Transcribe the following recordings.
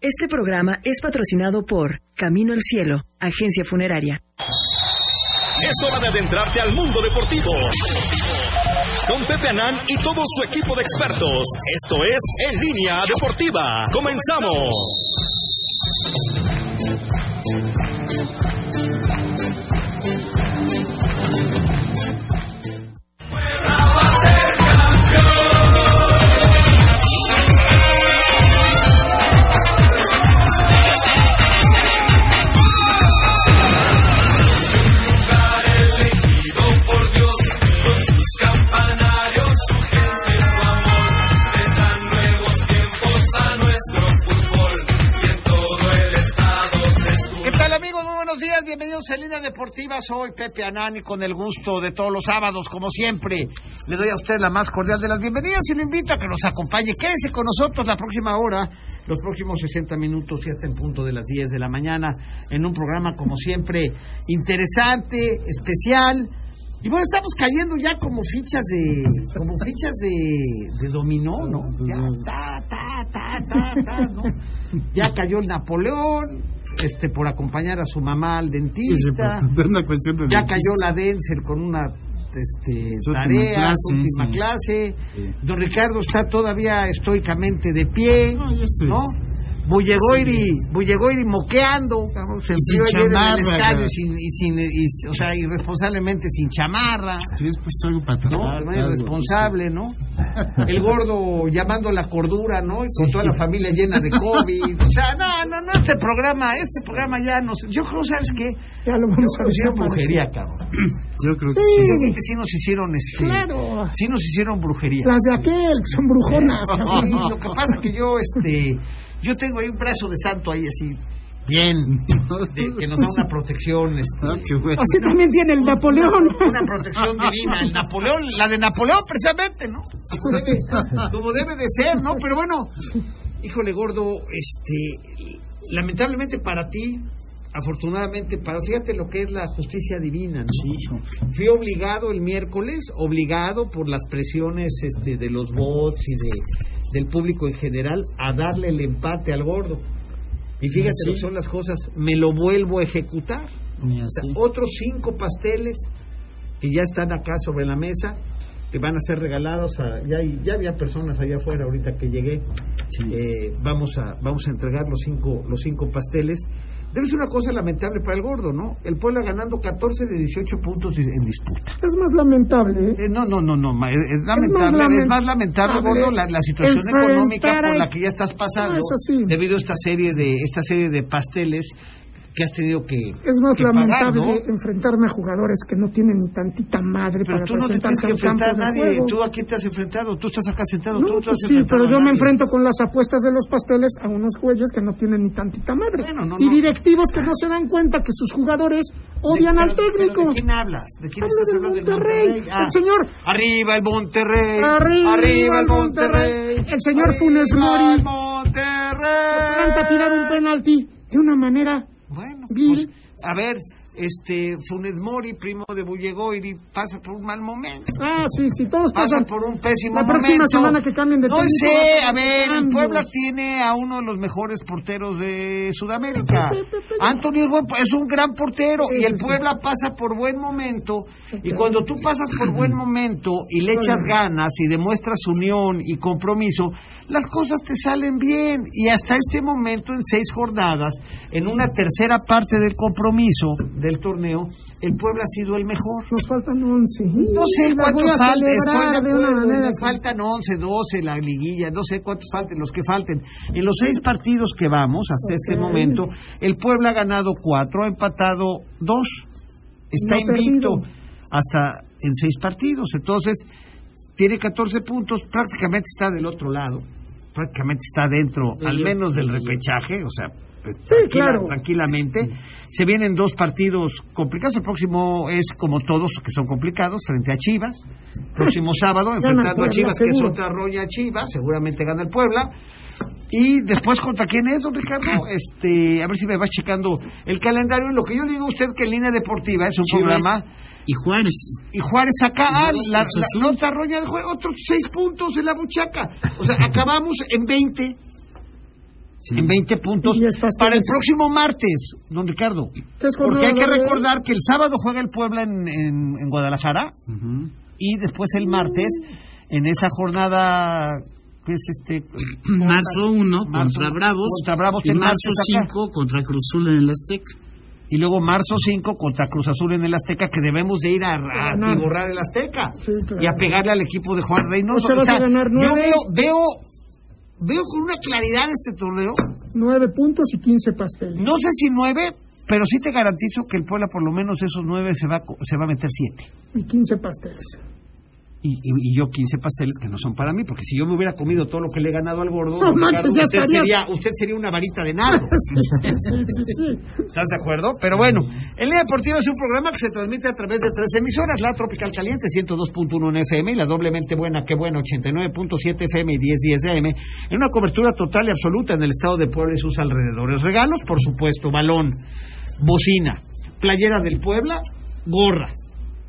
Este programa es patrocinado por Camino al Cielo, agencia funeraria. Es hora de adentrarte al mundo deportivo. Con Pepe Anán y todo su equipo de expertos. Esto es En Línea Deportiva. Comenzamos. ¿Qué tal amigos? Muy buenos días, bienvenidos a Línea Deportiva. Soy Pepe Anani con el gusto de todos los sábados, como siempre. Le doy a usted la más cordial de las bienvenidas y lo invito a que nos acompañe. Quédese con nosotros la próxima hora, los próximos 60 minutos y hasta en punto de las 10 de la mañana, en un programa como siempre interesante, especial. Y bueno, estamos cayendo ya como fichas de como fichas de, de dominó, ¿no? Ya, ta, ta, ta, ta, ta, ¿no? Ya cayó el Napoleón, este por acompañar a su mamá al dentista. Es una cuestión de Ya cayó la Denzel con una este, Su última tarea, clase, su última sí. clase. Sí. Don Ricardo está todavía estoicamente de pie, No, yo estoy- ¿no? Bullegoiri, Bullegoiri moqueando, cabrón, se Y sin enfrió ayer en el chamarra, estadio cabrón. sin, y sin, y- o sea, irresponsablemente sin chamarra, Sí, es pues algo para ¿no? trabajar, De manera algo, irresponsable, ¿no? El gordo llamando a la cordura, ¿no? Y con toda la familia llena de COVID. O sea, no, no, no, este programa, este programa ya no sé. Yo creo, ¿sabes qué? Ya lo vamos a Yo creo que decir. sí es brujería, cabrón. sí. Yo creo que Sí, sí. creo que sí nos hicieron este, Claro. sí nos hicieron brujería. Las de aquel, que son brujonas. Sí, lo que pasa es que yo este yo tengo ahí un brazo de santo ahí así bien de- que nos da una protección este, Ah, qué bueno. Así también tiene el Napoleón. una protección divina el Napoleón la de Napoleón precisamente no como debe, como debe de ser no pero bueno híjole gordo este lamentablemente para ti afortunadamente para fíjate lo que es la justicia divina ¿no? fui obligado el miércoles, obligado por las presiones este, de los bots y de, del público en general, a darle el empate al gordo. Y fíjate Sí. lo que son las cosas, me lo vuelvo a ejecutar. Ni O sea, así. otros cinco pasteles que ya están acá sobre la mesa, que van a ser regalados. A, ya, hay- ya había personas allá afuera ahorita que llegué. Eh, vamos, a, vamos a entregar los cinco, los cinco pasteles. Debe ser una cosa lamentable para el gordo, ¿no? El Puebla ganando 14 de 18 puntos dis- en disputa. Es más lamentable. ¿eh? Eh, no, no, no, no. ma- Es, es lamentable, es más, lamentable. lamentable, gordo, la, la situación Enfrentar económica por al- la que ya estás pasando. No, eso sí. Debido a esta serie de, esta serie de pasteles que has tenido que. Es más que pagar, lamentable ¿no? enfrentarme a jugadores que no tienen ni tantita madre Pero para tú no te tienes presentarse que al campo enfrentar a de nadie. juego. ¿Tú a quién te has enfrentado? Tú estás acá sentado. tú No, no te pues has sí, enfrentado pero a yo me nadie. enfrento con las apuestas de los pasteles a unos güeyes que no tienen ni tantita madre. Bueno, no, y no. directivos que no se dan cuenta que sus jugadores odian Pero- al pero técnico. ¿De quién hablas? ¿De quién Hablo estás del hablando? Del Monterrey. Ah. El señor- Arriba el Monterrey. Arriba el el Monterrey. Monterrey. El señor Arriba Funes Mori. el Monterrey. Planta tirar un penalti de una manera Bueno, Bill. pues, a ver, este Funes Mori, primo de Bullegoiri, pasa por un mal momento. Ah, sí, sí, todos Pasan pasan. por un pésimo La próxima momento. semana que cambien de No técnico sé, va a a ser ver, el cambios. Puebla tiene a uno de los mejores porteros de Sudamérica. Pe, pe, pe, pe, pe. Antonio es, buen- es un gran portero Sí, y el sí, sí. Puebla pasa por buen momento. Y cuando tú pasas por buen momento y le echas ganas y demuestras unión y compromiso, las cosas te salen bien. Y hasta este momento, en seis jornadas, en una tercera parte del compromiso del torneo, el Puebla ha sido el mejor. Nos faltan 11. No sé La Pues voy cuántos a faltan, celebrar estoy de de una acuerdo, manera. me faltan 11, 12 la liguilla, no sé cuántos falten, los que falten. En los seis partidos que vamos hasta este Ok. momento, el Puebla ha ganado cuatro, ha empatado dos, está No ha invicto perdido. hasta en seis partidos, entonces tiene 14 puntos, prácticamente está del otro lado, prácticamente está dentro, al menos del repechaje, o sea, pues, tranquila- claro. tranquilamente. Se vienen dos partidos complicados. El próximo es como todos que son complicados frente a Chivas. Próximo sábado enfrentando a Puebla, Chivas que es seguro. otra roña Chivas, seguramente gana el Puebla. Y después contra quién es, don Ah. Ricardo, este, a ver si me vas checando el calendario. En lo que yo le digo a usted que en línea deportiva es un Chivas. programa Y Juárez. y Juárez acá, ah, la, la, la otra roña de Juárez, otros seis puntos en la buchaca. O sea, acabamos en 20. Sí. en 20 puntos Diez pasteles. para el próximo martes, don Ricardo. ¿Qué es Porque hay que jornada de- recordar que el sábado juega el Puebla en, en- en Guadalajara Ujú. y después el martes, en esa jornada que es este Marzo 1 Marzo- contra Bravos. contra Bravos y en marzo marzo acá. 5 contra Cruzul en el Azteca. y luego marzo 5 contra Cruz Azul en el Azteca que debemos de ir a, a Ganar. borrar el Azteca Sí, claro. y a pegarle al equipo de Juan Reynoso. O sea, vas a ganar yo nueve. veo, veo veo con una claridad este torneo. Nueve puntos y 15 pasteles. No sé si nueve, pero sí te garantizo que el Puebla por lo menos esos nueve se va a co- se va a meter siete. Y 15 pasteles. Y, y- y yo 15 pasteles que no son para mí, porque si yo me hubiera comido todo lo que le he ganado al gordo, No don manches, Ricardo, ya usted, estarías- sería, usted sería una varita de nardo. Sí, sí, sí, sí, sí. ¿Estás de acuerdo? Pero bueno, el Línea Deportiva es un programa que se transmite a través de tres emisoras: la Tropical Caliente 102.1 en FM y la doblemente buena, que buena, 89.7 FM y 1010 de AM, en una cobertura total y absoluta en el estado de Puebla y sus alrededores. Regalos, por supuesto, balón, bocina, playera del Puebla, gorra,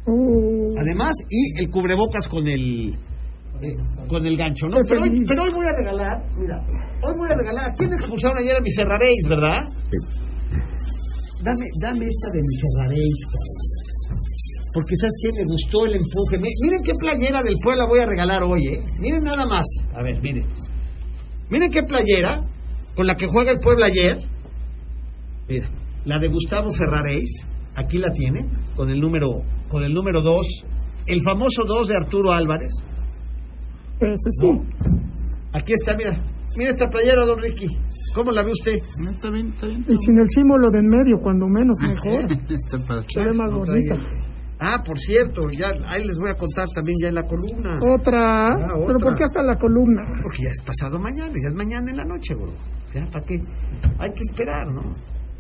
Oh, además, y el cubrebocas con el. eh, con el gancho, ¿no? Qué Pero hoy, feliz. pero hoy voy a regalar, mira, hoy voy a regalar. ¿Quién expulsaron ayer a mi Ferraréis, verdad? Dame, dame esta de mi Ferraréis, cabrón. porque sabes que me gustó el empuje. Mi- Miren qué playera del Puebla voy a regalar hoy, ¿eh? Miren nada más. A ver, miren. Miren qué playera con la que juega el Puebla ayer. Mira, la de Gustavo Ferraréis, aquí la tiene, con el número con el número 2, el famoso 2 de Arturo Álvarez. ese sí. Aquí está, mira. Mira esta playera, don Ricky. ¿Cómo la ve usted? No, está bien, está bien. Y sin el símbolo de en medio, cuando menos, mejor. está padre. Se ve más No bonita. traía. Ah, por cierto, ya ahí les voy a contar también ya en la columna. Oh. Otra. Ah, otra. Pero ¿por qué hasta la columna? Porque ya es pasado mañana, ya es mañana en la noche, bro. Ya, ¿para qué? Hay que esperar, ¿no?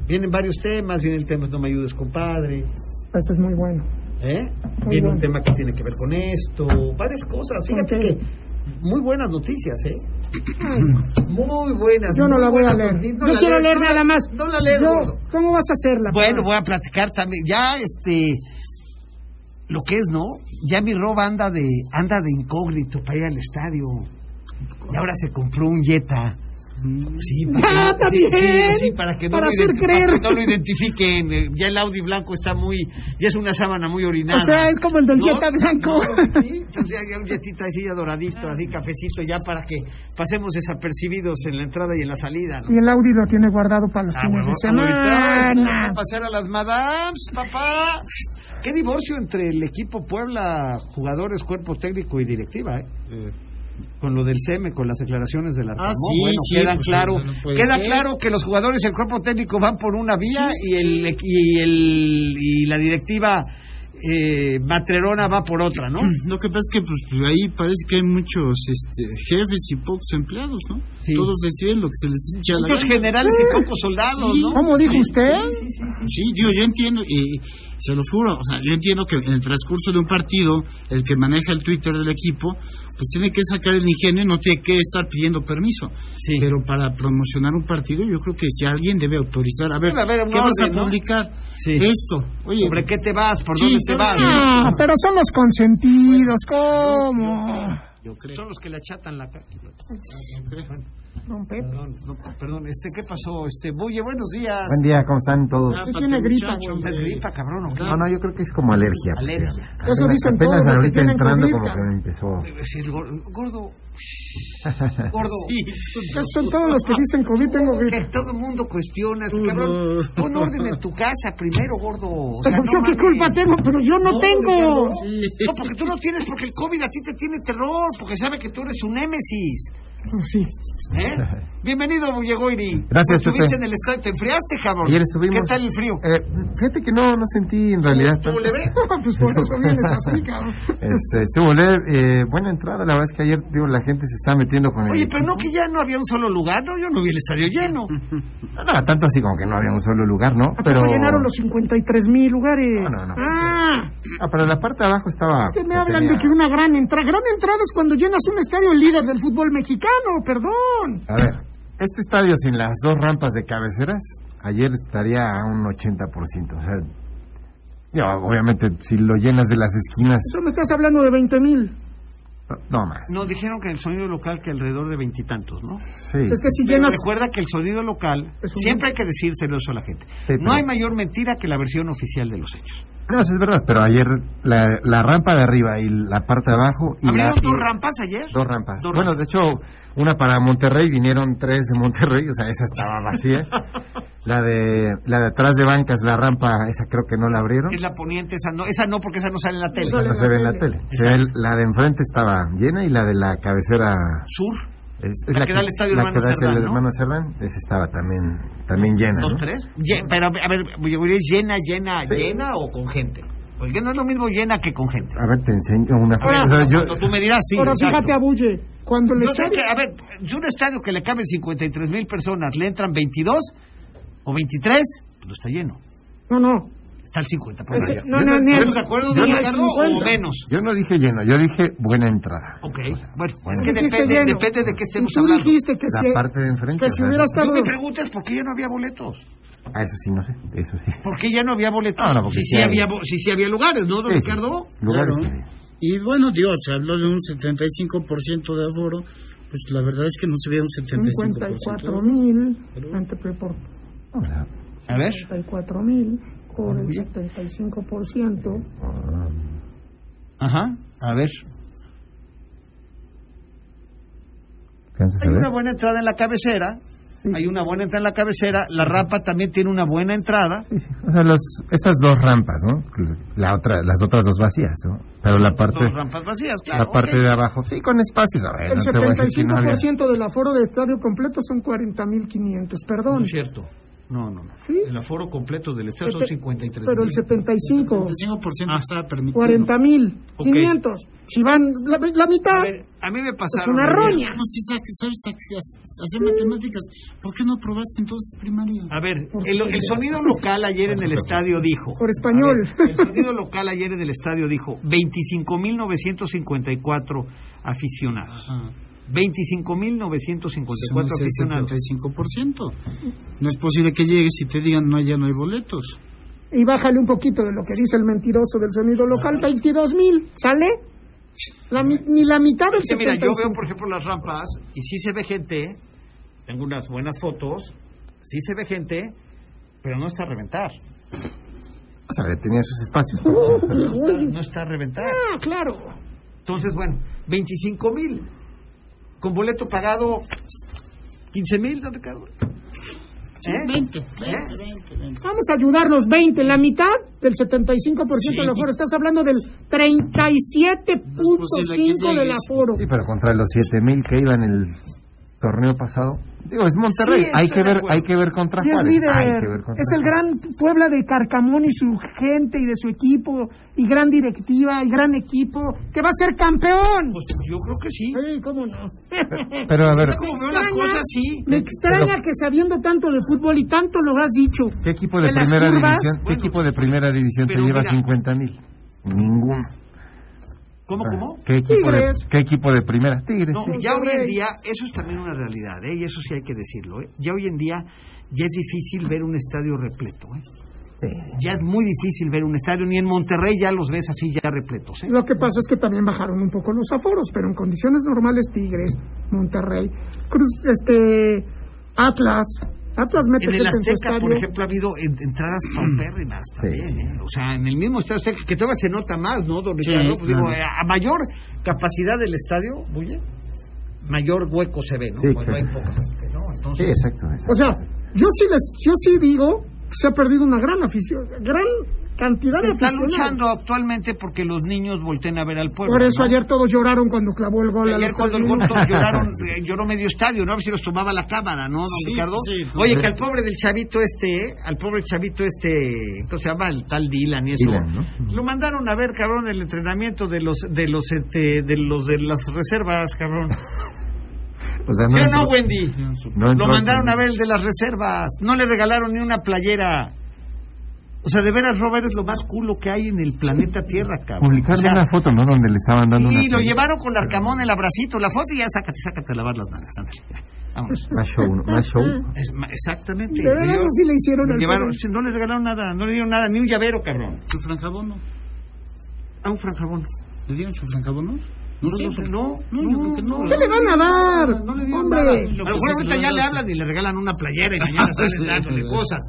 Vienen varios temas, viene el tema No me ayudes, compadre. Eso es muy bueno. ¿eh? Muy Viene un bueno. tema que tiene que ver con esto, varias cosas. Fíjate Ok. que muy buenas noticias, ¿eh? Muy buenas. Yo no muy la voy a buenas leer. noticias. No Yo la quiero leas, leer no la- nada más. No la lees, Yo, gordo. ¿Cómo vas a hacerla? Bueno, voy a platicar también. Ya, este. Lo que es, ¿no? Ya mi roba anda de, anda de incógnito para ir al estadio. Y ahora se compró un Jetta. Sí, Ah, para, sí, también. sí, sí, para que no Para lo hacer identi- creer. para que no lo identifiquen. Eh, Ya el Audi blanco está muy. Ya es una sábana muy orinada. O sea, es como el del ¿No? Jetta blanco. No, sí, entonces ya, ya un jetita así ya doradito, así cafecito, ya para que pasemos desapercibidos en la entrada y en la salida, ¿no? Y el Audi lo tiene guardado para los Ah, fines bueno, de ahorita vamos semana. a pasar a las madams, papá. Qué divorcio entre el equipo Puebla, jugadores, cuerpo técnico y directiva, ¿eh? Con lo del CEME, con las declaraciones del Arcamón, Ah, sí, bueno, sí, queda pues, claro, no puede queda ser. claro que los jugadores y el cuerpo técnico van por una vía y el y el y la directiva eh, matrerona va por otra, ¿no? Lo que pasa es que pues, ahí parece que hay muchos este, jefes y pocos empleados, ¿no? Sí. Todos deciden lo que se les hincha la Muchos gana. generales y pocos soldados, Sí. ¿no? ¿Cómo dijo usted? Sí, digo, yo entiendo, y se lo juro, o sea, yo entiendo que en el transcurso de un partido, el que maneja el Twitter del equipo, pues tiene que sacar el ingenio y no tiene que estar pidiendo permiso. Sí. Pero para promocionar un partido, yo creo que si alguien debe autorizar, a ver, Debe haber un ¿qué vas a orden, ¿no? publicar? Sí. Esto. Oye, ¿Sobre qué te vas? ¿Por Sí, dónde te yo vas? no sé. Ah, pero somos consentidos, ¿cómo? yo creo. Ah, Son los que le achatan la cara. Don Pepe. Perdón, no, perdón, este, ¿qué pasó? Este, Buye, buenos días. Buen día, ¿cómo están todos? Ah, ¿Qué pate, tiene gripa, muchacho, güey? hombre. ¿Estás gripa, cabrón o qué? No, no, yo creo que es como alergia. pues, Alergia. Eso Apenas- dicen todos apenas los que ahorita tienen entrando COVID, como que cabrón. me empezó. Es el gor- gordo. Gordo. Esos son todos los que dicen COVID, tengo gripa. Ah, Que todo el mundo cuestiona, este cabrón. no. Pon orden en tu casa primero, gordo. O sea, Pero yo no qué mames. culpa tengo, pero yo no No, tengo. Ricardo, No, porque tú no tienes, porque el COVID a ti te tiene terror, porque sabe que tú eres un némesis. Pues sí. ¿Eh? Bienvenido, Bullegoiri. Gracias, Estuviste Pepe. en el estadio, te enfriaste, cabrón. Ayer ¿Qué estuvimos. tal el frío? Eh, fíjate que no, no sentí en realidad. ¿Cómo tanto. le ves? Pues por eso vienes así, cabrón. Este, estuvo leve, eh, buena entrada, la verdad es que ayer, digo, la gente se está metiendo con el... Oye, pero no que ya no había un solo lugar, ¿no? Yo no vi el estadio lleno. No, tanto así como que no había un solo lugar, ¿no? ¿A Pero... poco Ah, llenaron los 53 mil lugares? No, no, no. Ah, Ah, pero la parte de abajo estaba... que me hablan de que una gran entrada. Gran entrada es cuando llenas un estadio líder del fútbol mexicano, perdón. A ver, este estadio sin las dos rampas de cabeceras, ayer estaría a un 80%, o sea... ya, obviamente, si lo llenas de las esquinas... Eso me estás hablando de 20 mil. No más. Nos dijeron que el sonido local que alrededor de veintitantos, ¿no? Sí. Es que si Pero llenas... recuerda que el sonido local, Es un- siempre hay que decírselo eso a la gente. pero- No hay mayor mentira que la versión oficial de los hechos. No, sí, es verdad, pero ayer la, la rampa de arriba y la parte de abajo. Y ¿Abrieron la- dos rampas ayer? Dos rampas. Dos bueno, de hecho, una para Monterrey, vinieron tres de Monterrey, o sea, esa estaba vacía. la de la de atrás de bancas, la rampa, esa creo que no la abrieron. Es la poniente, esa no, esa no porque esa no sale en la tele. No se ve en la tele. Se ve el- la de enfrente estaba llena y la de la cabecera Sur, es, es La que da al estadio la Hermano que da hacia el Cerdán, ¿no? hermano Cerdán, esa estaba también también llena. dos, ¿no? tres. Ye- pero, a ver, ¿es llena, llena, llena o con gente? Porque no es lo mismo llena que con gente. A ver, te enseño una foto. Ahora, O sea, yo- cuando tú me dirás, sí. Ahora exacto. fíjate, Abulle, cuando le Yo sé sale- que, a ver, de un estadio que le caben 53 mil personas, le entran 22 o 23, no está lleno. No, no. Está el 50 por Ese- allá. No, no, ni el- ¿Estamos de acuerdo, ni don el Ricardo? O 50. menos. yo no dije lleno, yo dije buena entrada. Ok, bueno, Bueno. es que Dijiste depende, lleno. depende de qué Y estemos tú hablando. dijiste que La si, parte de enfrente. que o si sea, hubiera No estado... me preguntes por qué ya no había boletos. Ah, eso sí, no sé. Eso sí. ¿Por qué ya no había boletos? Ah, no, porque si, sí sí hay. había, bo- si sí había lugares, ¿no, don Sí, sí. Ricardo? Lugares Claro. sí había. Y bueno, Dios, se habló de un 75% de aforo, pues la verdad es que no se veía un 54 75%. mil, por O sea, A ver. 34 mil, por el 75%. Ajá, a ver. ¿alcanzas Hay a ver? una buena entrada en la cabecera. Hay una buena entrada en la cabecera. La rampa también tiene una buena entrada. Sí, sí. O sea, los- esas dos rampas, ¿no? La otra, las otras dos vacías, ¿no? Pero la parte, Dos rampas vacías, claro. la parte ok. de abajo, sí, con espacios. A ver, El no te voy a decir que no había- 75% del aforo de estadio completo son 40.500, No perdón. es cierto. No, no, no. ¿Sí? El aforo completo del estadio son Pepe, 53 Pero el 75, 75% Ah. estaba permitido. 40.500. Si van la, la mitad, A ver, a mí me pasaron... una ayer. roña. No, si sa- pues sabes sa- hacer matemáticas, ¿por qué no aprobaste entonces primaria? A ver, el, el sonido local ayer en el estadio dijo... por español. A ver, El sonido local ayer en el estadio dijo 25.954 aficionados. Ajá. 25.954 Somos Pues el aficionados. ¿Eh? 75%. No es posible que llegues y te digan, no, ya no hay boletos. Y bájale un poquito de lo que dice el mentiroso del sonido local, 22.000, ¿sale? La mi- ni la mitad del Es que mira, yo 75. veo por ejemplo las rampas y sí se ve gente, tengo unas buenas fotos, sí se ve gente, pero no está a reventar. O sea, tenía sus espacios. No está a reventar. Ah, claro. Entonces, bueno, 25 mil. Con boleto pagado 15 mil, ¿dónde Ricardo? ¿Eh? 20, 20, ¿Eh? 20, 20. Vamos a ayudarnos 20, la mitad del 75% del aforo. Estás hablando del Pues, 37.5 del aforo. Sí, pero contra los 7000 que iban el torneo pasado. Digo, es Monterrey. Sí, hay estoy que de ver, acuerdo. hay que ver contra Y es Juárez. líder. Hay que ver contra Es el Juárez. gran Puebla de Carcamón y su gente y de su equipo y gran directiva y gran equipo que va a ser campeón. Pues yo creo que sí. Sí, cómo no. Pero a ver, Como Pues, veo la cosa así. Me extraña Pero- que sabiendo tanto de fútbol y tanto lo has dicho. ¿qué equipo de de las primera curvas, división, qué bueno, equipo de primera división te pero lleva mira. 50.000? Ninguno. ¿Cómo, cómo? Ah, ¿Qué equipo de, Tigres. qué equipo de primera? Tigres. No, sí. ya hoy en día, eso es también una realidad, ¿eh? y eso sí hay que decirlo. ¿eh? Ya hoy en día, ya es difícil ver un estadio repleto. ¿eh? Ya es muy difícil ver un estadio, ni en Monterrey ya los ves así ya repletos. ¿eh? Lo que pasa es que también bajaron un poco los aforos, pero en condiciones normales Tigres, Monterrey, Cruz, este Atlas, Atlas mete En el gente en Azteca, su por estadio. ejemplo, ha habido en- entradas paupérrimas también. ¿eh? O sea, en el mismo estadio Azteca, que todavía se nota más, ¿no, don Sí, Ricardo? Pues digo, claro. eh, a mayor capacidad del estadio, oye, mayor hueco se ve, ¿no? Sí, Cuando hay claro. poca gente, ¿no? Sí, Entonces, exacto. exacto. O sea, yo sí les, yo sí digo que se ha perdido una gran afición, gran cantidad de está aficionados. luchando actualmente porque los niños volteen a ver al pueblo. Por eso ¿no? ayer todos lloraron cuando clavó el gol. a Ayer los cuando el tres gol minutos. todos lloraron, eh, lloró medio estadio, ¿no? A ver si los tomaba la cámara, ¿no, don Sí, Ricardo? sí, pues, Oye, sí. que al pobre del chavito este, ¿eh? al pobre chavito este, ¿cómo se llama? El tal Dylan y eso. Dylan, ¿no? Lo mandaron a ver, cabrón, el entrenamiento de los, de los, este, de los de las reservas, cabrón. O sea, Yo entró- no, Wendy. no Lo entró- mandaron a ver el de las reservas. No le regalaron ni una playera. O sea, de veras, Robert, es lo más culo que hay en el planeta Tierra, cabrón. Publicaron O sea, una foto, ¿no? Donde le estaban dando una. y lo peli- llevaron con el arcamón el abracito, la foto y ya sácate, sácate a lavar las manos. ándale, ya, Vámonos. Más show, ¿no? Más show. Es ma- exactamente. De veras Lo así le hicieron lo al llevaron, pobre. sí, no le regalaron nada, no le dieron nada, ni un llavero, cabrón. ¿Su franjabono? A Ah, un franjabón. ¿Le dieron su franjabono? No, no, no, no, yo creo que no. ¿Qué le van a dar? No, no le dieron Hombre. nada. Lo A que lo mejor sí ahorita que ya le dieron- hablan y le regalan una playera y mañana salen dándole cosas.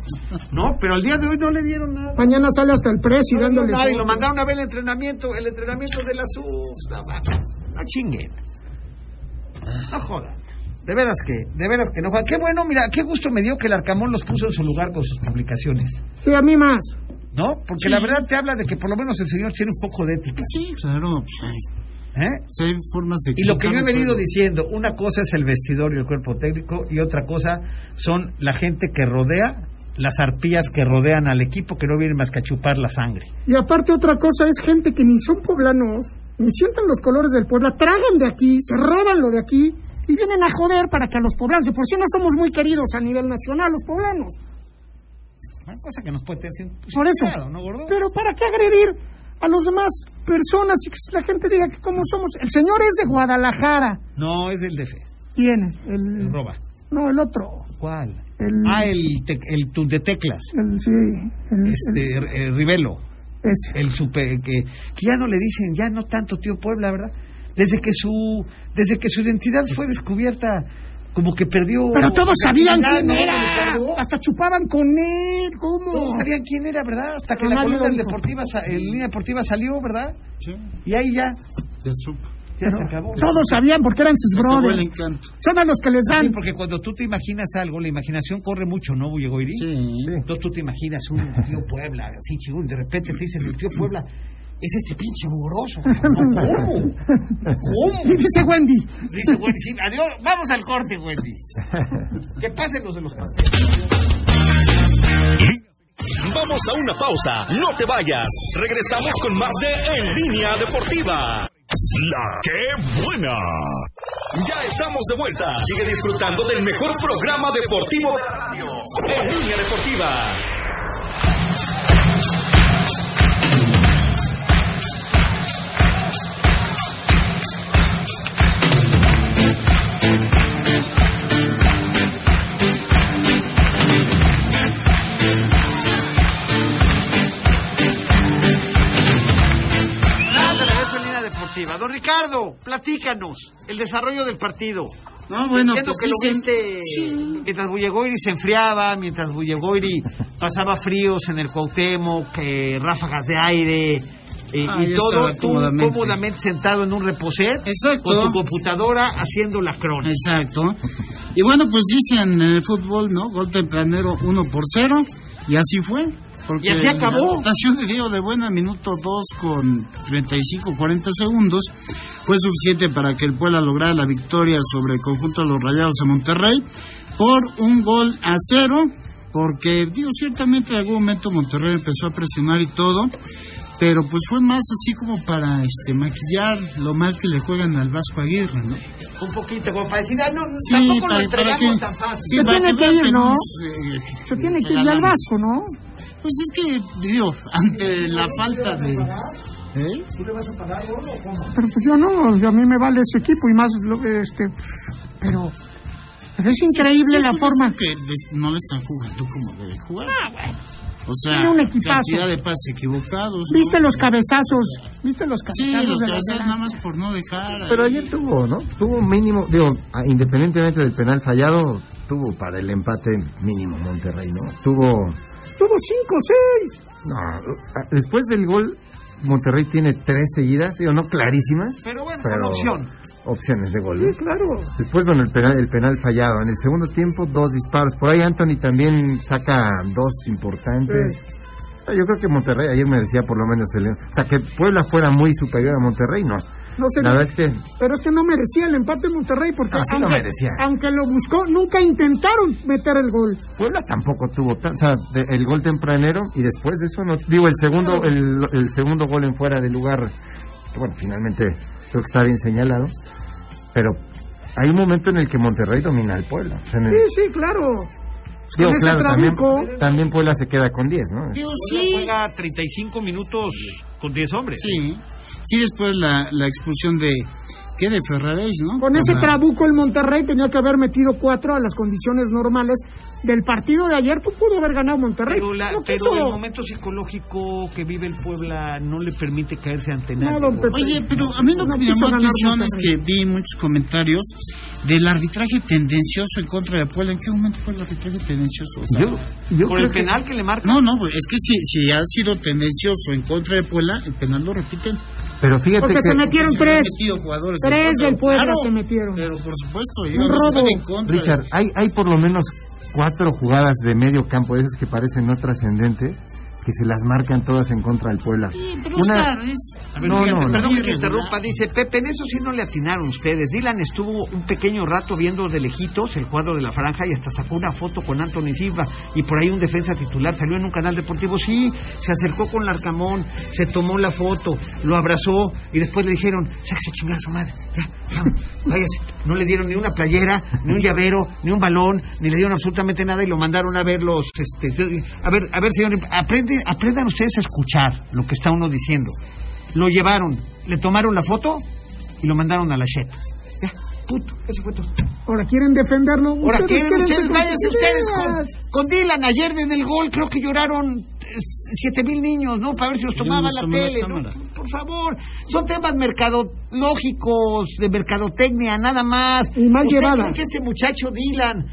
No, pero al día de hoy no le dieron nada. Mañana sale hasta el presi No le dieron dándole. nada y lo todo. mandaron a ver el entrenamiento, el entrenamiento de la SUS. No, va, no chinguen. Ah, No jodan. De veras que, de veras que no jodan. Qué bueno, mira, qué gusto me dio que el Arcamón los puso en su lugar con sus publicaciones. Sí, a mí más. ¿No? Porque la verdad te habla de que por lo menos el señor tiene un poco de ética. Sí, claro. pues, ¿eh? sí hay formas de... Y lo que yo he equivocarme, venido pero- diciendo, una cosa es el vestidor y el cuerpo técnico y otra cosa son la gente que rodea, las arpías que rodean al equipo que no vienen más que a chupar la sangre. Y aparte otra cosa es gente que ni son poblanos, ni sientan los colores del Puebla, tragan de aquí, se roban lo de aquí y vienen a joder para que a los poblanos, de por si no somos muy queridos a nivel nacional los poblanos. Una cosa que nos puede tener sin- Por eso. cuidado, Pues ¿no, gordo? Pero ¿para qué agredir a las demás personas y que la gente diga que cómo somos? El señor es de Guadalajara. No, es del DF, ¿Quién? el El, roba. Mm. no, el otro. Mm. ¿Cuál? El, Ah, el, te- el tu- de teclas, el- sí, el- el- este, eh, Rivelo, Mm. ese. el super, que, que ya no le dicen, ya no tanto tío Puebla, ¿verdad? Desde que su, desde que su identidad fue descubierta, como que perdió... Pero todos sabían Ya, quién ¿no, era. Ricardo? Hasta chupaban con él. Todos ¿Cómo? sabían quién era, ¿verdad? Hasta que la Pero nadie lo columna en dijo. deportiva, sa- en línea deportiva salió, ¿verdad? Sí, Y ahí ya, ya supo. ya se acabó. Todos sabían porque eran sus Acabó el brothers. encanto. Son a los que les dan. Sí, porque cuando tú te imaginas algo, la imaginación corre mucho, ¿no, Bullegoiri? Sí. Entonces tú te imaginas un tío Puebla, así chingón, y de repente te dicen, el tío Puebla es este pinche mugroso. cabrón. No, ¿Cómo? ¿Cómo? Y dice Wendy, Dice, güey, sí, adiós, vamos al corte, Wendy. Que pasen los de los pasteles. Vamos a una pausa, no te vayas. Regresamos con más de En Línea Deportiva. La que buena. Ya estamos de vuelta. Sigue disfrutando del mejor programa deportivo de la radio. En Línea Deportiva. Nada, la vez en línea deportiva. Don Ricardo, platícanos el desarrollo del partido. No, bueno, Entiendo pues que dicen- lo viste mientras Bullegoiri se enfriaba, mientras Bullegoiri pasaba fríos en el Cuauhtémoc, que ráfagas de aire eh, Ah, y yo todo estaba tú cómodamente. cómodamente. sentado en un reposet Exacto. con tu computadora haciendo la crona. Exacto. Y bueno, pues dicen en el fútbol, ¿no? Gol tempranero 1 por 0. Y así fue. Porque Y así acabó. La anotación de Diego de Buena, minuto 2 con 35, 40 segundos, fue suficiente para que el Puebla lograra la victoria sobre el conjunto de los Rayados de Monterrey por un gol a cero. Porque, digo, ciertamente en algún momento Monterrey empezó a presionar y todo, pero pues fue más así como para este maquillar lo mal que le juegan al Vasco Aguirre, ¿no? Un poquito, como para decir, ah, no, Eh. Sí, tampoco para- lo entregamos para tan fácil. Sí, Se para tiene vean que ir, ¿no? nos, eh, se tiene que ir al vasco, ¿no? Pues es que, digo, ante la falta de... ¿Eh? Pero pues yo no, yo- a mí me vale ese equipo y más, lo- este, pero, pero es increíble Sí, la es un forma. Ah, equipo Que des- no le están jugando como debe jugar. O Tiene sea, un equipazo. cantidad de pases equivocados. ¿no? Viste los cabezazos, viste los Sí, cabezazos. los de cabezazos lateral. nada más por no dejar... Pero ahí. ayer tuvo, ¿no? Tuvo mínimo, digo, a- independientemente del penal fallado, tuvo para el empate mínimo Monterrey, ¿no? Tuvo, Tuvo cinco, seis. no, a- después del gol Monterrey tiene tres seguidas, digo, no clarísimas, Pero bueno, pero con opción. opciones de gol. ¿no? Sí, claro. Después, bueno, el penal, el penal fallado. En el segundo tiempo, dos disparos. Por ahí Anthony también saca dos importantes. Ah, Yo creo que Monterrey ayer merecía por lo menos el... O sea, que Puebla fuera muy superior a Monterrey, no. No sé, La verdad es que pero es que no merecía el empate Monterrey porque Ah, sí lo aunque, merecía. aunque lo buscó, nunca intentaron meter el gol. Puebla tampoco tuvo tan, o sea, de- el gol tempranero y después de eso no digo el segundo el, el segundo gol en fuera de lugar que bueno finalmente creo que está bien señalado pero hay un momento en el que Monterrey domina al Puebla O sea, en el- Sí, sí, claro. digo, con ese claro, trabuco. también, también Puebla se queda con 10 ¿no? Digo, Puebla sí, Juega 35 minutos con 10 hombres. sí. Sí, después la, la expulsión de... ¿Qué? De Ferraréis, ¿no? Con ese Para- trabuco el Monterrey tenía que haber metido cuatro a las condiciones normales del partido de ayer, tú pudo haber ganado Monterrey. Pero, la- no pero quiso. el momento psicológico que vive el Puebla no le permite caerse ante No, nadie. don ¿no? Pepe. Oye, pero a mí lo que me quiso llamó ganar atención es Monterrey. que vi muchos comentarios del arbitraje tendencioso en contra de Puebla. ¿En qué momento fue el arbitraje tendencioso? O sea, Yo, yo Por el creo que- penal que le marca. No, no, güey, es que si, si ha sido tendencioso en contra de Puebla, el penal lo repiten. Pero fíjate Porque que... se metieron Se han tres. metido jugadores Tres del Puebla claro, se metieron. Pero por supuesto, yo Un no robo. estoy en contra. Richard, hay, hay por lo menos cuatro jugadas de medio campo, de esas que parecen no trascendentes, que se las marcan todas en contra del Puebla. Una- A ver, No, fíjate, no, no. pues, perdón que te Irregular. interrumpa, dice Pepe, en eso sí no le atinaron ustedes. Dylan estuvo un pequeño rato viendo de lejitos el cuadro de la franja y hasta sacó una foto con Anthony Silva y por ahí un defensa titular salió en un canal deportivo, sí, se acercó con Larcamón, se tomó la foto, lo abrazó y después le dijeron, sáquese a chingar a su madre, ya, vamos, váyase. No le dieron ni una playera, ni un llavero, ni un balón, ni le dieron absolutamente nada y lo mandaron a ver los, este, a ver, a ver señor, aprende, aprendan ustedes a escuchar lo que está uno diciendo. Lo llevaron, le tomaron la foto y lo mandaron a la Shet. Ya, puto, ese fue todo. Ahora quieren defenderlo. Ahora ustedes quieren quédense ustedes, con váyanse sus ustedes con, ideas. con Dylan. Ayer desde el gol creo que lloraron eh, siete mil niños, ¿no? Para ver si los Yo tomaba no la tomé la tele, ¿no? cámara. Por favor, son temas mercadológicos, de mercadotecnia, nada más. Y mal ¿Usted llevada. cree que este muchacho Dylan...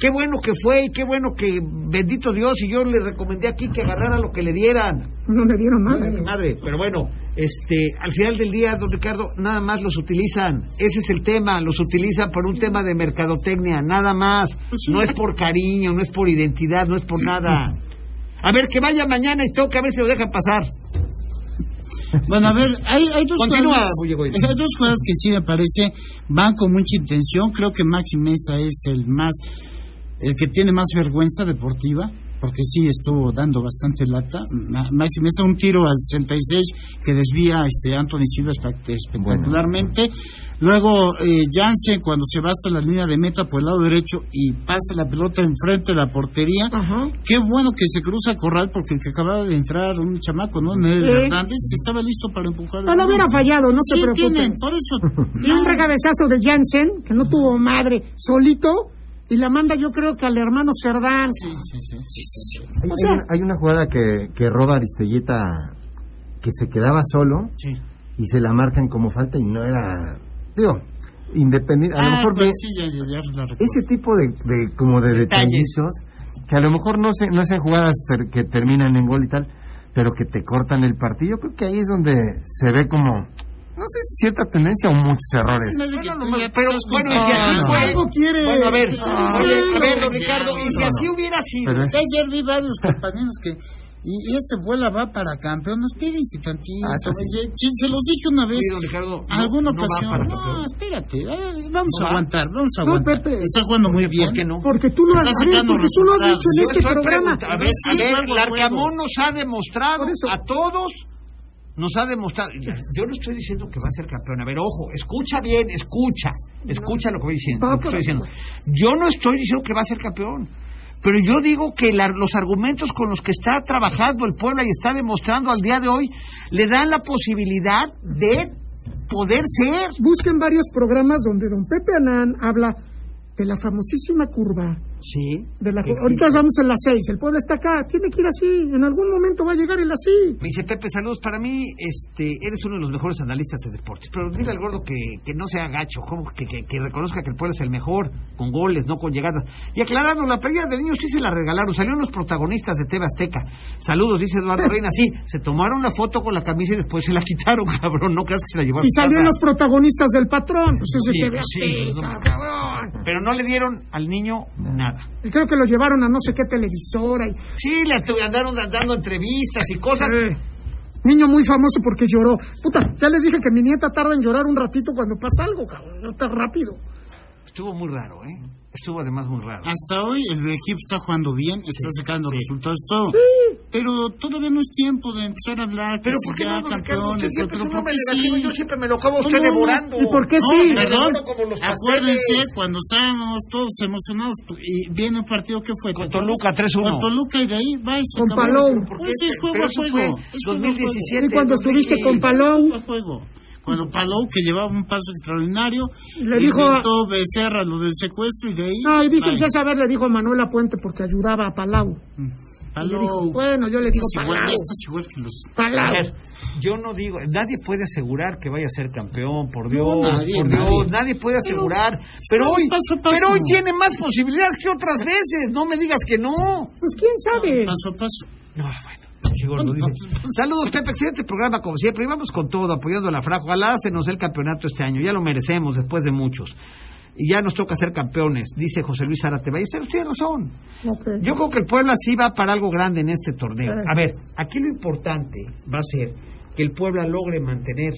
Qué bueno que fue y qué bueno que, bendito Dios, y yo le recomendé aquí que agarrara lo que le dieran. No le dieron nada. Madre, madre, pero bueno, este, al final del día, don Ricardo, nada más los utilizan. Ese es el tema, los utilizan por un tema de mercadotecnia, nada más. No es por cariño, no es por identidad, no es por nada. A ver, que vaya mañana y toque, a ver si lo dejan pasar. Bueno, a ver, hay, hay dos Continúa, jugadas- Bullegoy. hay dos jugadas que sí me parece van con mucha intención. Creo que Maxi Mesa es el más, el que tiene más vergüenza deportiva, porque sí estuvo dando bastante lata. Ma- Maxi Mesa un tiro al 66 que desvía a este Anthony Silva espect- espectacularmente. Luego eh, Jansen cuando se va hasta la línea de meta por el lado derecho y pasa la pelota enfrente de la portería. Ajá. Qué bueno que se cruza Corral porque el que acababa de entrar un chamaco, ¿no? Nel Sí. Hernández estaba listo para empujar. No lo hubiera fallado, no se sí, preocupen. tienen, por eso. Y un recabezazo de Jansen, que no tuvo madre, solito, y la manda yo creo que al hermano Cerdán. Sí, sí, sí. Hay, O sea- hay una, hay una jugada que, que roba Aristelleta que se quedaba solo Sí. y se la marcan como falta y no era... Digo, independiente... A lo Ah, mejor pues ve sí, ya, ya, ya la recuerdo. ese tipo de, de- como de Detalles. detallitos que a lo mejor no se, no sean jugadas ter- que terminan en gol y tal, pero que te cortan el partido. Creo que ahí es donde se ve como, no sé si cierta tendencia o muchos errores. Además de que tú ya Pero estás Ah, bueno, y si así contando. fue. Algo quiere. Bueno, a ver, Ah, oye, sí. a ver, don Ricardo, y si así hubiera sido. Pero es- Ya ayer vi varios compañeros que. Y y este vuela va para campeones, espérense tantito. Ah, eso sí. oye, sí, se los dije una vez. Sí, don Ricardo, no- alguna no va ocasión. para No, campeón. espérate. eh, Vamos No a va. aguantar, vamos No, a aguantar. Pepe. Está jugando muy bien. ¿Por qué no? Porque tú lo has, a Está ver, sacando porque tú lo has resultados. dicho en Yo este estoy programa. preguntando, A ver, a Sí, ver, juego, Larcamón juego. nos ha demostrado Por eso. a todos. Nos ha demostrado. Yo no estoy diciendo que va a ser campeón. A ver, ojo, escucha bien, escucha. Escucha lo que voy diciendo. No, lo que pero- estoy diciendo. Yo no estoy diciendo que va a ser campeón. Pero yo digo que la- los argumentos con los que está trabajando el Puebla y está demostrando al día de hoy le dan la posibilidad de poder ser. Busquen varios programas donde don Pepe Anán habla de la famosísima curva. Sí. De la, ahorita vamos en las seis, el pueblo está acá, tiene que ir así, en algún momento va a llegar el así. Me dice Pepe, saludos. Para mí, este, eres uno de los mejores analistas de deportes. Pero dile al gordo que, que no sea gacho, ¿cómo? que, que, que reconozca que el pueblo es el mejor, con goles, no con llegadas. Y aclarando, la playera de niños sí se la regalaron. Salieron los protagonistas de TV Azteca. Saludos, dice Eduardo Reina. Sí, se tomaron la foto con la camisa y después se la quitaron, cabrón. No creas que se la llevaron. Y a su salieron casa. los protagonistas del patrón. Pues ese Sí, TV sí, Azteca, pues, no. cabrón. Pero no le dieron al niño nada. Y creo que lo llevaron a no sé qué televisora. y- Sí, le atu- andaron dando entrevistas y cosas. eh, Niño muy famoso porque lloró. Puta, ya les dije que mi nieta tarda en llorar un ratito cuando pasa algo, cabrón. No tan rápido. Estuvo muy raro, ¿eh? Estuvo además muy raro. Hasta hoy el equipo está jugando bien, está sacando resultados, todo. Pero todavía no es tiempo de empezar a hablar. que Pero si ¿por qué ya no, don Ricardo? Usted campeones, siempre es pues, pero un ¿por hombre qué negativo y sí? yo siempre me lo acabo No, usted no, devorando. ¿Y por qué No, sí? perdón, Pero como los pasteles. acuérdense cuando estábamos todos emocionados tú- y viene un partido que fue Con Toluca, 3-1. Con Toluca y de ahí va y se Con acabó. Palou. Pues es juego Pero a eso juego. fue es juego a juego. 2017. Y cuando estuviste con Es Palón, juego a juego. cuando Palou, que llevaba un paso extraordinario, Le dijo a- inventó Becerra lo del secuestro y de ahí... No, y dicen bye. que esa vez le dijo a Manuela Puente porque ayudaba a Palau. Y le dijo, Palou, este bueno, yo le digo es igual, Palau. estás igual que los... A Palau. ver, yo no digo, nadie puede asegurar que vaya a ser campeón, por Dios, nadie, por Dios, nadie, nadie. puede asegurar, pero, hoy, paso a paso. pero hoy tiene más posibilidades que otras veces, no me digas que no. Pues quién sabe. Paso a paso. No, bueno. sí, gordo, dice. Saludos, Pepe. Excelente programa, como siempre. Y vamos con todo, apoyando a la Fra. Ojalá se nos dé el campeonato este año. Ya lo merecemos después de muchos. Y ya nos toca ser campeones, dice José Luis Zárate Ballesteros. Tiene razón. Ok. Yo creo que el Puebla sí va para algo grande en este torneo. A ver, aquí lo importante va a ser que el Puebla logre mantener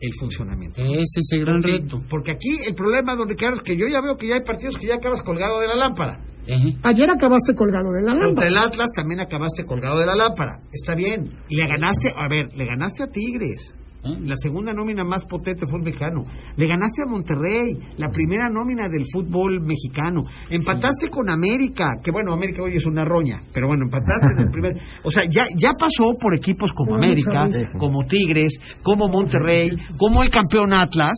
el funcionamiento. Es ese gran Porque- reto. Porque aquí el problema, don Ricardo, es que yo ya veo que ya hay partidos que ya acabas colgado de la lámpara. Ajá. Ayer acabaste colgado de la Contra lámpara. el Atlas también acabaste colgado de la lámpara. Está bien. Le ganaste, a ver, le ganaste a Tigres. La segunda nómina más potente fue el mexicano. Le ganaste a Monterrey, la primera nómina del fútbol mexicano. Empataste con América, que bueno, América hoy es una roña, pero bueno, empataste en el primer. O sea, ya, ya pasó por equipos como Pero América, mucha risa. como Tigres, como Monterrey, como el campeón Atlas.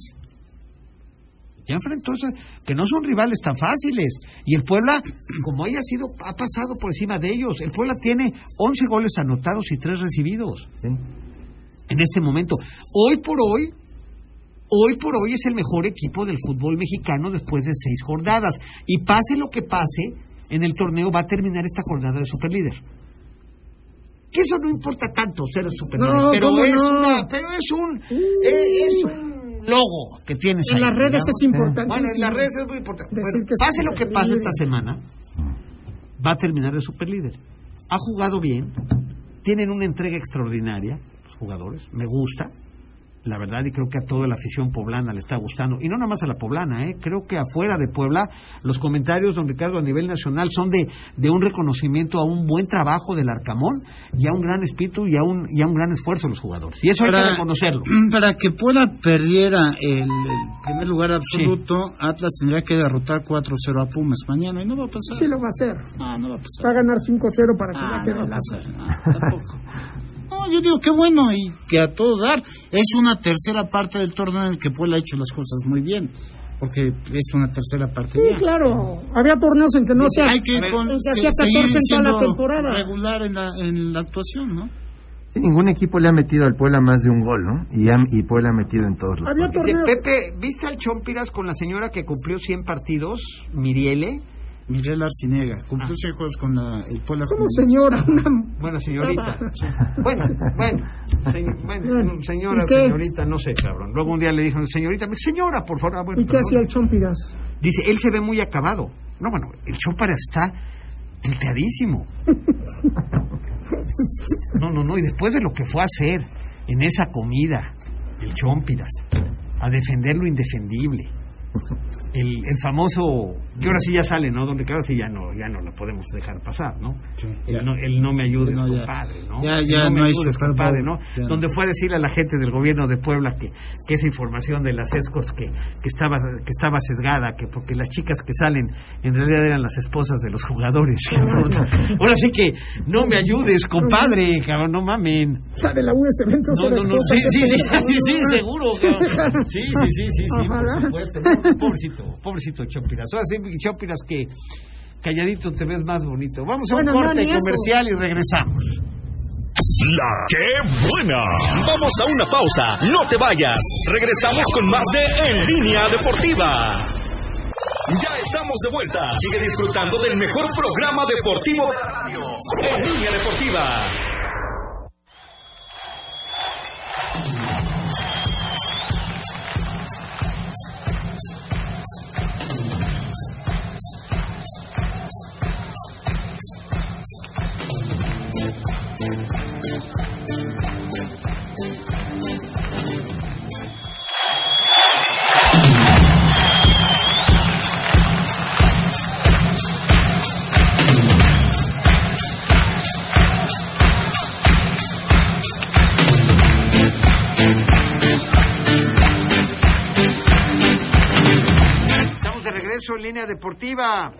Ya enfrentó esas que no son rivales tan fáciles. Y el Puebla, como haya sido, ha pasado por encima de ellos. El Puebla tiene 11 goles anotados y 3 recibidos Sí. en este momento. Hoy por hoy, hoy por hoy es el mejor equipo del fútbol mexicano después de seis jornadas. Y pase lo que pase, en el torneo va a terminar esta jornada de superlíder. Que eso no importa tanto ser el superlíder, No, pero, ¿cómo es no? Uh. una- pero es un eh, es un logo que tienes En ahí, las redes digamos. es importante. Bueno, en las redes es muy importante. Decir Bueno, que es pase lo que pase superlíder. esta semana, va a terminar de superlíder. Ha jugado bien, tienen una entrega extraordinaria, los jugadores, me gusta, la verdad, y creo que a toda la afición poblana le está gustando, y no nada más a la poblana, ¿eh? creo que afuera de Puebla los comentarios, don Ricardo, a nivel nacional son de, de un reconocimiento a un buen trabajo del Arcamón y a un gran espíritu y a un, y a un gran esfuerzo de los jugadores. Y eso hay que Para- reconocerlo. Para que pueda perdiera el, el primer lugar absoluto, Atlas tendría que derrotar 4-0 a Pumas mañana y no va a pasar. Sí lo va a hacer. Ah, no va a Va a pasar. ganar 5-0 para que Ah, ya no quede va a la- pasar. Ah, tampoco. No, yo digo que bueno y que a todo dar. Es una tercera parte del torneo en el que Puebla ha hecho las cosas muy bien, porque es una tercera parte. Sí, ya. claro. Había torneos en que no se Hay que con- en que se- hacía seguir 14 en toda la siendo temporada. regular en la, en la actuación, ¿no? Sí, ningún equipo le ha metido al Puebla más de un gol, ¿no? Y, ha- y Puebla ha metido en todos los. Había Dice, torneos. Pepe, ¿viste al Chompiras con la señora que cumplió 100 partidos, Miriele? Miguel Arcinega cumplió seis juegos con la, el Puebla. Como femenil. señora, una Bueno, señorita. Bueno, bueno, señ- bueno Bueno, señora, ¿y qué? señorita, no sé, cabrón. Luego un día le dijeron, señorita, me dice, señora, por favor. Ah, bueno, ¿Y qué perdón. hacía el Chompiras? Dice, él se ve muy acabado. No, bueno, el Chopara está piteadísimo. No, no, no, y después de lo que fue a hacer en esa comida, el Chompiras, a defender lo indefendible. El, el famoso, que ahora sí ya sale, ¿no? Donde ahora sí ya no, ya no la podemos dejar pasar, ¿no? Sí, ya. El no, el no me ayudes, No, ya. compadre, ¿no? Ya, El ya no me no hay ayudes, Super Bowl, compadre, ¿no? ya no. Donde fue a decirle a la gente del gobierno de Puebla que, que esa información de las escorts que, que estaba que estaba sesgada, que porque las chicas que salen en realidad eran las esposas de los jugadores. cabrón. Ahora sí que no me ayudes, compadre, cabrón, no mamen. La de la USB No, entonces no, era no, esposa sí, sí, de sí, este sí, sí, cabrón. seguro, cabrón. Sí, sí, sí, sí, sí, por Ojalá. supuesto. No, pobrecito, pobrecito Chopiras. Ahora sí, mi Chopiras, que calladito te ves más bonito. Vamos a un Bueno, no, corte ni eso. comercial y regresamos. La que buena. Vamos a una pausa, no te vayas. Regresamos con más de En Línea Deportiva. Ya estamos de vuelta. Sigue disfrutando del mejor programa deportivo de la radio. En Línea Deportiva. Estamos de regreso en línea deportiva.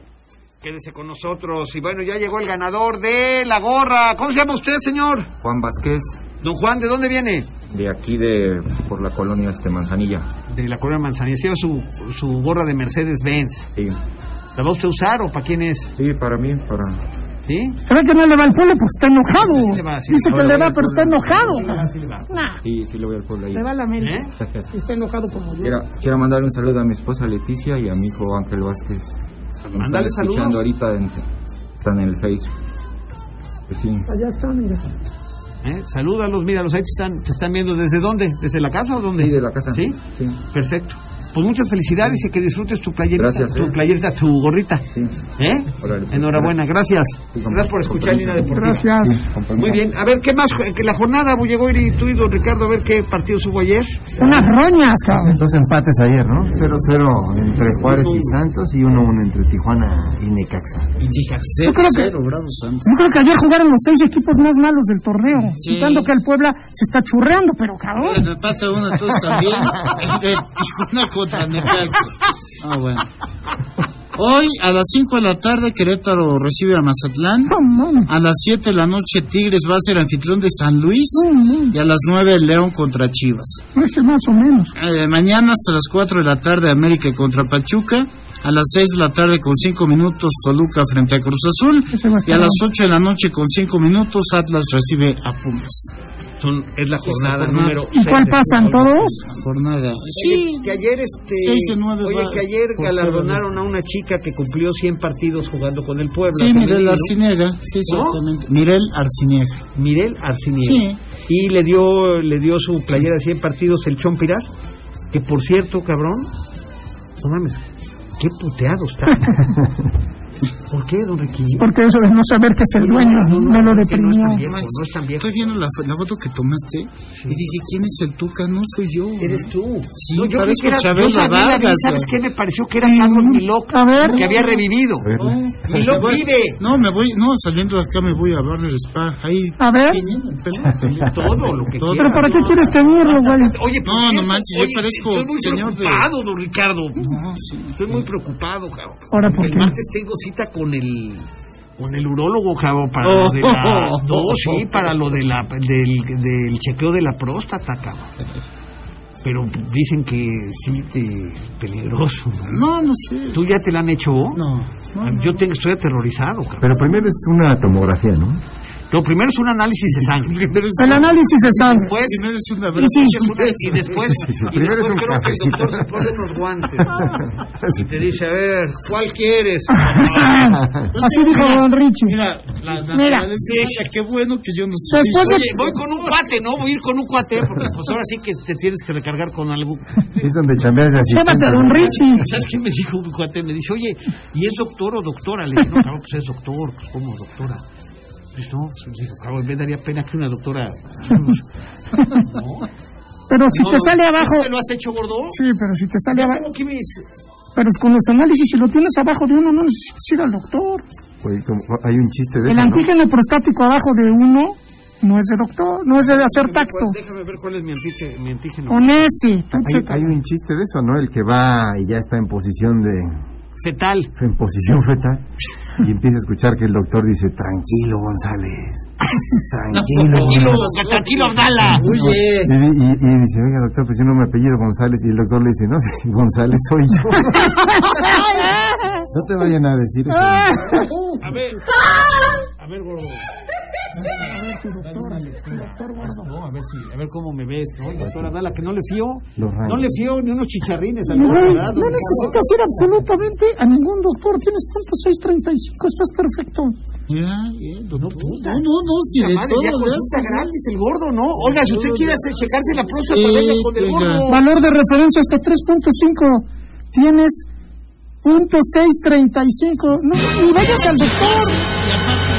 Quédese con nosotros. Y bueno, ya llegó el ganador de la gorra. ¿Cómo se llama usted, señor? Juan Vázquez. Don Juan, ¿de dónde viene? De aquí, de por la colonia este Manzanilla. De la Corona Manzanilla. Lleva su, su gorra de Mercedes-Benz. Sí, ¿La va usted a usar o para quién es? sí, para mí, para... ¿Sí? Se ve que no le va al pueblo porque está enojado. Sí le va, sí. Dice No que le le va va, al pero está pueblo. enojado. Sí, le va. Nah, Sí, sí, lo voy al pueblo ahí. le va a la América. ¿Eh? Y está enojado como yo. Quiero, quiero mandar un saludo a mi esposa Leticia y a mi hijo Ángel Vázquez. Me Mándale están escuchando saludos. ahorita, en, están en el Facebook. Pues sí, Allá está, mira. ¿Eh? Salúdalos, míralos, ahí te están, te están viendo. ¿Desde dónde? ¿Desde la casa o dónde? Sí, de la casa. ¿Sí? Sí, Perfecto. Pues muchas felicidades y que disfrutes tu playerita, Gracias, tu eh. playerita, tu gorrita. sí. ¿Eh? Órale, pues. Enhorabuena, gracias. Sí, con- Gracias por con escuchar Línea permiso. Deportiva. Gracias. Sí, con permiso. Muy bien, a ver, ¿qué más? Que La jornada, Bullegoir y tú y don Ricardo, a ver qué partidos hubo ayer. Unas roñas, cabrón. Dos empates ayer, ¿no? 0-0 entre Juárez y Santos y 1-1 entre Tijuana y Necaxa. Yo creo que- Cero, Bravo Santos. Yo creo que ayer jugaron los seis equipos más malos del torneo. Sí. Quitando que el Puebla se está churreando, pero Oye, cabrón. me pasa uno tú también. De Tijuana contra Necaxa. Ah, bueno. Hoy a las 5 de la tarde Querétaro recibe a Mazatlán. No, mames. A las 7 de la noche Tigres va a ser anfitrión de San Luis. No, mames. Y a las 9 León contra Chivas. Ese más o menos. Eh, mañana hasta las 4 de la tarde América contra Pachuca. A las 6 de la tarde con 5 minutos Toluca frente a Cruz Azul. Ese va a Y estar a las bueno. 8 de la noche con 5 minutos Atlas recibe a Pumas. Son, es la jornada número ¿Y cuál pasan todos? Jornada. Sí, que ayer Seis este de nueve Oye, va- que ayer por galardonaron a una chica que cumplió 100 partidos jugando con el Puebla. Sí, Mirel femenino, Arciniega. Sí, ¿No? exactamente. Mirel Arciniega. Mirel Arciniega. Y le dio le dio su playera de 100 partidos el Chompiras, que por cierto, cabrón, no mames, qué puteado está. ¿Por qué, don Ricky? Porque eso de no saber que es el dueño me lo es que no es deprimió. tan viejo, no es tan viejo. Estoy viendo la, fo- la foto que tomaste y dije, ¿quién es el Tuca? No soy yo. Eres tú. Sí, No, yo creo parezco que era, Chabela yo sabía, Vargas, ¿Sabes güey. qué me pareció? Que era Carlos Milok, A ver. que había revivido. No, Y lo me voy- vive. No, me voy, no, saliendo de acá me voy a Barber Spa. Ahí. A ver. Peña, Peña, Todo lo que Todo. ¿Pero quieras. para qué quieres que burlo, güey? Oye, por No, no cierto, manches, yo oye, parezco Estoy muy señor de- preocupado, don Ricardo. No, sí. Estoy muy preocupado, cabrón. Ahora, ¿por El qué? martes tengo cita con el con el urólogo, cabrón, para lo de Oh, la, oh, no, oh, sí, oh. para lo de la, del, del chequeo de la próstata, cabrón. Pero dicen que sí, te, peligroso. ¿no? No, no sé. ¿Tú ya te la han hecho? No. no, no. Yo te- estoy aterrorizado, cabrón. Pero primero es una tomografía, ¿no? Lo primero es un análisis de sangre. El análisis de sangre. Después, Si no eres una y, verdadera- después, y Primero después creo que es un el doctor se cafecito. pone unos guantes. Y te dice, a ver, ¿cuál quieres? Así dijo Don Richie. Mira, la Mira. naturaleza, vaya, qué bueno que yo no soy. pues Después de... Oye, voy con un cuate, ¿no? Voy a ir con un cuate, porque pues ahora sí que te tienes que recargar con algo. Es donde chambeas de asistente. Llévate a Don Richie. ¿Sabes qué me dijo un cuate? Me dice, oye, ¿y es doctor o doctora? Le dije, no, cabrón, pues es doctor, pues ¿cómo doctora? Pues no, pues, le digo, cabrón, me daría pena que una doctora... Pero si No, te sale abajo... ¿no ¿Te lo has hecho, gordo? Sí, pero si te sale abajo... ¿Cómo que me dice? Pero es con los análisis, si lo tienes abajo de uno, no necesitas ir al doctor. Oye, como- hay un chiste de El eso, ¿no? antígeno prostático abajo de uno no es de doctor, no es de hacer tacto. Déjame ver cuál es mi, antíge- mi antígeno. Con ese, tú Hay, checa. hay un chiste de eso, ¿no? El que va y ya está en posición de Fetal. en posición fetal y empieza a escuchar que el doctor dice tranquilo González, tranquilo. Tranquilo, tranquilo, Abdala. Oye. Y, di- y- y dice, oiga doctor, pues yo no me apellido González. Y el doctor le dice, no, sí, González soy yo. Ah, No te vayan a decir eso. A ver, a ver, gordo. No, a ver si, a ver cómo me ves, ¿no? Doctora Dala, que no le fío, Los rayos. no le fío ni unos chicharrines a la No, verdad. no necesitas ir absolutamente a ningún doctor. Tienes punto 635, estás perfecto. Ya, ya, No, doctor. puta. No, no, no, si de Madre, todo ya le consulta hace. gratis el gordo, ¿no? Oiga, si usted quiere hacer, checarse la próstata, Sí, venga con el venga. gordo. Valor de referencia hasta 3.5. Tienes punto 635. No, ni vayas al doctor. Y aparte,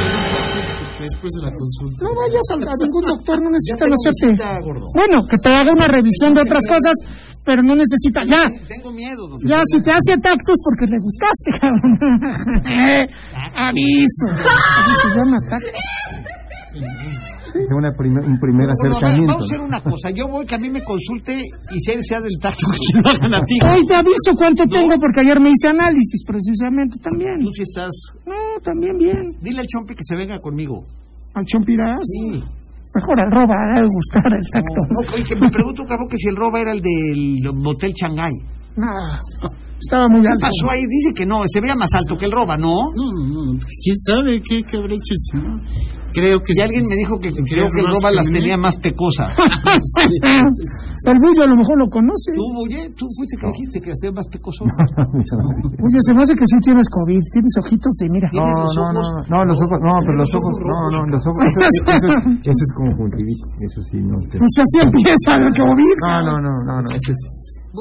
Después de la consulta. No vayas al- a ningún doctor, no Ya necesitan tengo hacerte. visita, gordo. Bueno, que te haga una revisión de otras cosas, pero no necesita. Ya, Tengo miedo, doctor. ya, si te hace tactos porque le gustaste, cabrón. Eh, aviso. Así se llama tacto. Es una primer- un primer Bueno, a ver, acercamiento. vamos a hacer una cosa. Yo voy que a mí me consulte y sea, sea del tacto que lo hagan a ti. Hoy te aviso cuánto tengo porque ayer me hice análisis, precisamente también. Tú sí estás. No, también bien. Dile al Chompi que se venga conmigo. Al Chompiras. Sí. Mejor el roba, ha de gustar el tacto. No, oye, que me pregunto, cabrón, que si el roba era el del motel Shanghái. No, estaba muy ¿Qué alto. pasó ahí? Dice que no, se veía más alto que el roba, ¿no? Mm. No, no, no. ¿Quién sabe qué, qué habrá hecho el señor? Creo que... Y alguien me dijo que creo que el roba las tenía más pecosas. El Bullo a lo mejor lo conoce. ¿Tú, oye? ¿Tú fuiste que dijiste que las tenía más pecosas? Bullo, se me hace que sí tienes COVID. Tienes ojitos de, mira. No, no, no, no, no, los ojos, no, pero los ojos, no, no, los ojos, eso, eso, eso es conjuntivitis, eso sí, no. te- Pues así empieza el COVID. No, no, no, no, no, eso es,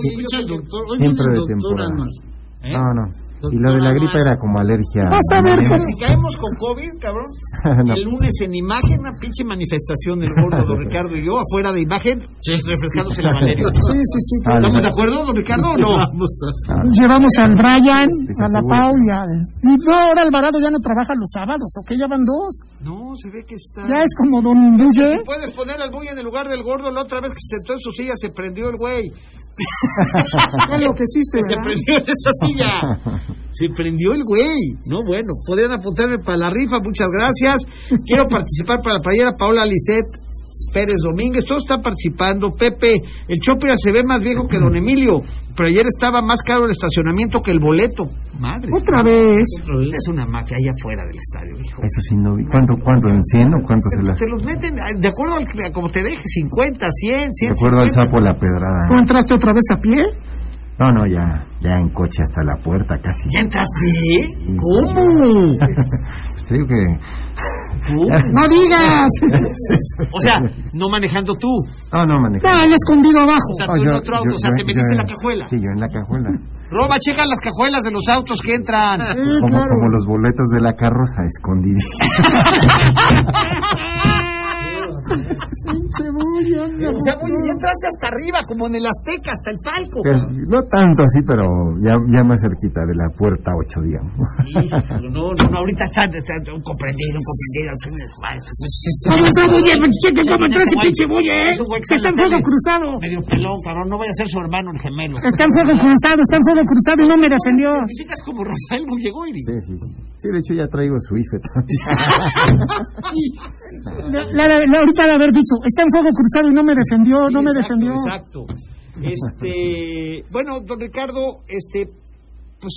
Escucha al doctor. Hoy Siempre viene el de doctor temporada. Anual. ¿Eh? no, no. Y lo de la gripa era como alergia. Vas a ver cómo- Si caemos con COVID, cabrón, No. el lunes en imagen, una pinche manifestación del gordo, don Ricardo y yo, afuera de imagen, refrescándose la Valerio. Sí, sí, sí. Ah, ¿Estamos de no. acuerdo, don Ricardo, o no? Llevamos al Brian, a la seguro. Pau y al... Y no, ahora Alvarado ya no trabaja los sábados, ¿ok? Ya van dos. No, se ve que está... Ya es como Don ¿eh? Bulle. Puedes poner al güey en el lugar del gordo. La otra vez que se sentó en su silla se prendió el güey. Ya lo que hiciste, Se ¿verdad? prendió en esa silla. Se prendió el güey. No, bueno, podrían apuntarme para la rifa. Muchas gracias. Quiero participar para la playera Paola Lisset Pérez Domínguez. Todo está participando. Pepe, el Chopera se ve más viejo que don Emilio. Pero ayer estaba más caro el estacionamiento que el boleto. Madre. Otra vez. Es una mafia allá afuera del estadio, hijo. Eso sí, no vi. ¿Cuánto, cuánto? ¿En 100 o cuánto se la...? Te los meten, ah, de acuerdo al, a como te deje, 50, 100, 100. Recuerdo al sapo la pedrada. ¿Tú entraste otra vez a pie? No, no, ya, ya en coche hasta la puerta casi. ¿Ya entraste? ¿Cómo? Te digo que... ¿Tú? ¡No digas! O sea, no manejando tú. O No, no, manejé. ¡Ah, ya escondido abajo! sea, No, tú en yo- otro auto. yo- o sea, yo- te yo- metiste en la cajuela. Ah, Sí, yo en la cajuela. Roba, checa las cajuelas de los autos que Ah. entran. Sí, Como, claro. como los boletos de la carroza, escondidísimos. Pinche Bulle, anda. O sea, oye, ya entraste hasta arriba, como en el Azteca, hasta el palco. Pero No tanto así, pero ya, ya más cerquita de la puerta 8, digamos. Híjole, No, no, no, ahorita está, está un comprendido, un comprendido. al fin de semana. ¿Cómo entró Bulle? Checa cómo entró ese pinche Bulle, ¿eh? Es un güey que Que Está sale en en la fuego tele. cruzado. Medio pelón, cabrón. No vaya a ser su hermano el gemelo. Está en fuego cruzado, está en fuego cruzado y no me defendió. Visitas como Rafael Bullegoiri. Sí, sí, sí. Sí, de hecho ya traigo su IFE también. La, la- la- ahorita de haber dicho, está en fuego cruzado y no me defendió, no me Exacto, defendió. Exacto. Este, bueno, don Ricardo, este, pues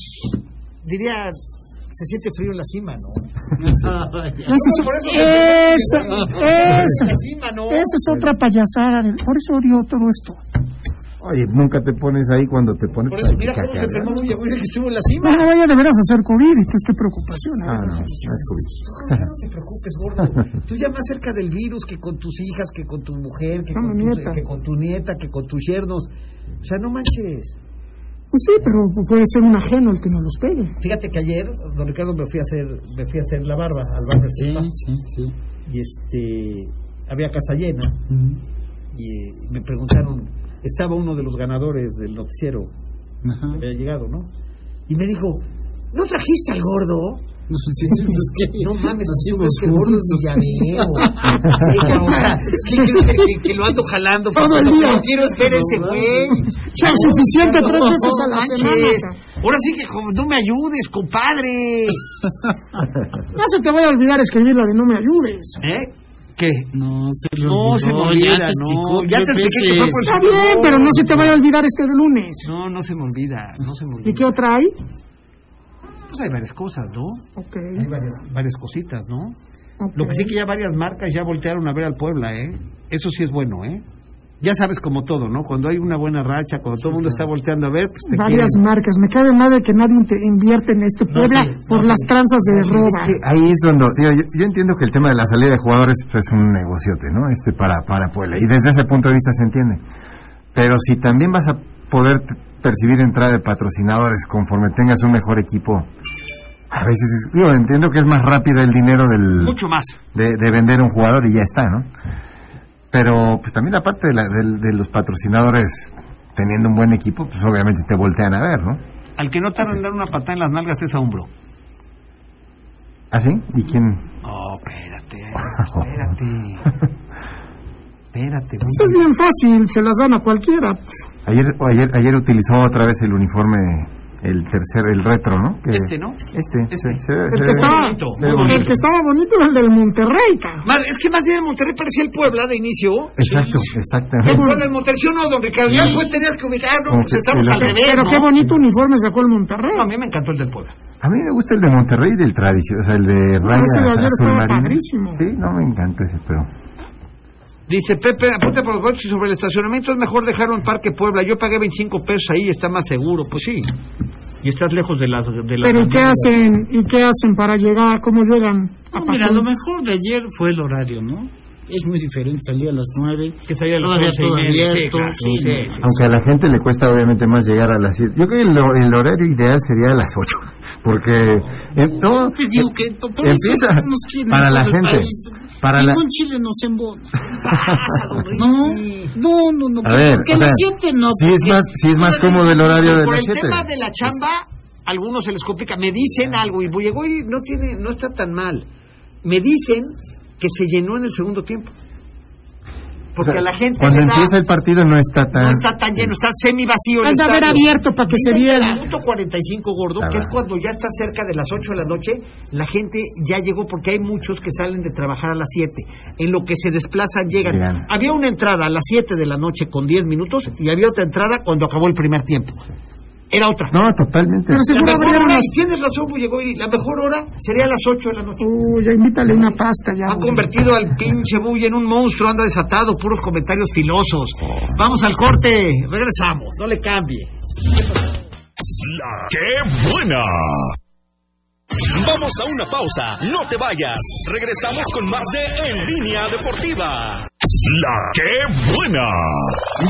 diría, se siente frío en la cima, ¿no? Eso es, Por eso- eso, En eso, la cima, ¿no? eso es otra payasada. de- Por eso odio todo esto. Oye, nunca te pones ahí cuando te pones Por eso, mira práctica, cómo se cabrón. enfermó Bullegoiri que estuvo en la cima. No me vaya de veras a hacer COVID, entonces qué preocupación. ¿eh? Ah, no, no es COVID. No, no te preocupes, gordo. Tú ya más cerca del virus que con tus hijas, que con tu mujer, que, Con con mi tu, nieta. que con tu nieta, que con tus yernos. O sea, no manches. Pues sí, pero puede ser un ajeno el que nos los pegue. Fíjate que ayer, don Ricardo, me fui a hacer, me fui a hacer la barba al barber Spa. Sí, sí. y este había casa llena y eh, me preguntaron estaba uno de los ganadores del noticiero Ajá. que había llegado no y me dijo no trajiste al gordo No, sí, pues, es que... no mames Así tú nos crees que el gordo es juntos. villanero Venga, o sea, ¿qué crees que, que- que lo ando jalando Todo el día. No quiero esperar ese güey Sea suficiente tres veces a No la manches. semana. ahora sí que como, no me ayudes compadre No se te vaya a olvidar escribir la de no me ayudes. ¿eh? ¿qué? No, se le no se me olvida olvidó, ya te no explicó ya tres te expliqué que fue veces. por pues, Está bien, pero no se te vaya a olvidar este de lunes. No, no se me olvida, no se me olvida. ¿Y qué otra hay? Pues hay varias cosas, ¿no? Ok. Hay varias, varias cositas, ¿no? ok. Lo que sí que ya varias marcas ya voltearon a ver al Puebla, ¿eh? Eso sí es bueno, ¿eh? Ya sabes como todo, ¿no? Cuando hay una buena racha, cuando todo el mundo está volteando a ver, pues te Varias quieren. marcas. Me cae de madre que nadie te invierte en este Puebla sí, por las tranzas de roba. Ahí es donde, digo, yo, yo entiendo que el tema de la salida de jugadores pues, es un negociote, ¿no? Este para, para Puebla. Y desde ese punto de vista se entiende. Pero si también vas a poder t- percibir entrada de patrocinadores conforme tengas un mejor equipo, a veces, es- digo, entiendo que es más rápido el dinero del, Mucho más. de, de vender un jugador y ya está, ¿no? Pero pues también aparte de, la- del- de los patrocinadores teniendo un buen equipo, pues obviamente te voltean a ver, ¿no? Al que no tarda en dar una patada en las nalgas es a hombro. ¿Ah, sí? ¿Y quién? Oh, espérate, espérate. Espérate, güey. Eso Pues es bien fácil, se las dan a cualquiera. Ayer, ayer, ayer utilizó otra vez el uniforme el tercer, el retro, ¿no? Que- Este, ¿no? Este, Este. se- se ve- El se que, ve- estaba, bonito, se ve bonito. el que estaba bonito era el del Monterrey, cabrón. Más- es que más bien el Monterrey parecía el Puebla de inicio. Exacto, El exactamente. Puebla, el Monterrey, sí o no, don Ricardo. Ya después tenías que ubicar, no, Como pues que estamos el al otro. revés. Pero ¿no? qué bonito uniforme sacó el Monterrey. No, a mí me encantó el del Puebla. A mí me gusta el de Monterrey del tradición, o sea, el de No, ese de raya ayer azul estaba marino. padrísimo. Sí, no me encanta ese, pero Dice Pepe, apunta por los coches sobre el estacionamiento, es mejor dejarlo en Parque Puebla. Yo pagué 25 pesos ahí, está más seguro. Pues sí. Y estás lejos de las. De las Pero ¿y qué hacen? ¿Y qué hacen para llegar? ¿Cómo llegan? a No, Ah, mira, Pachuca? lo mejor de ayer fue el horario, ¿no? Es muy diferente, salía a las nueve. Que salía a las todavía once y todo media, sí, abierto. claro, sí, sí, no. sí. aunque a la gente le cuesta obviamente más llegar a las 7. Yo creo que el, hor- el horario ideal sería a las 8, porque eh, no Te digo que to- por Empieza eso no nos quieren para en la todo el gente, país. para la- Ningún chile nos embona. No, no, no, Ah. no. A ver, porque o sea, la gente no. sí es porque- más sí es más cómodo el horario de por las el 7. tema de la chamba, a algunos se les complica. Me dicen algo y Buyegoy no tiene, no está tan mal. Me dicen que se llenó en el segundo tiempo. Porque a la gente cuando le da- empieza el partido no está tan no está tan lleno, está semi vacío. Han de haber abierto para que se viera. El punto 45 gordo, Ah, que es va. cuando ya está cerca de las 8 de la noche, la gente ya llegó porque hay muchos que salen de trabajar a las 7. En lo que se desplazan llegan. Llegan. Había una entrada a las 7 de la noche con 10 minutos y había otra entrada cuando acabó el primer tiempo. Era otra. No, totalmente. Pero La seguro mejor abrieron hora, las... tienes razón, llegó la mejor hora sería a las 8 de la noche. Uy, ya invítale una pasta ya. Han güey. convertido al pinche Bulle en un monstruo, anda desatado, puros comentarios filosos. Oh. Vamos al corte, regresamos, no le cambie. La que buena. Vamos a una pausa, no te vayas. Regresamos con más de En Línea Deportiva. La que buena.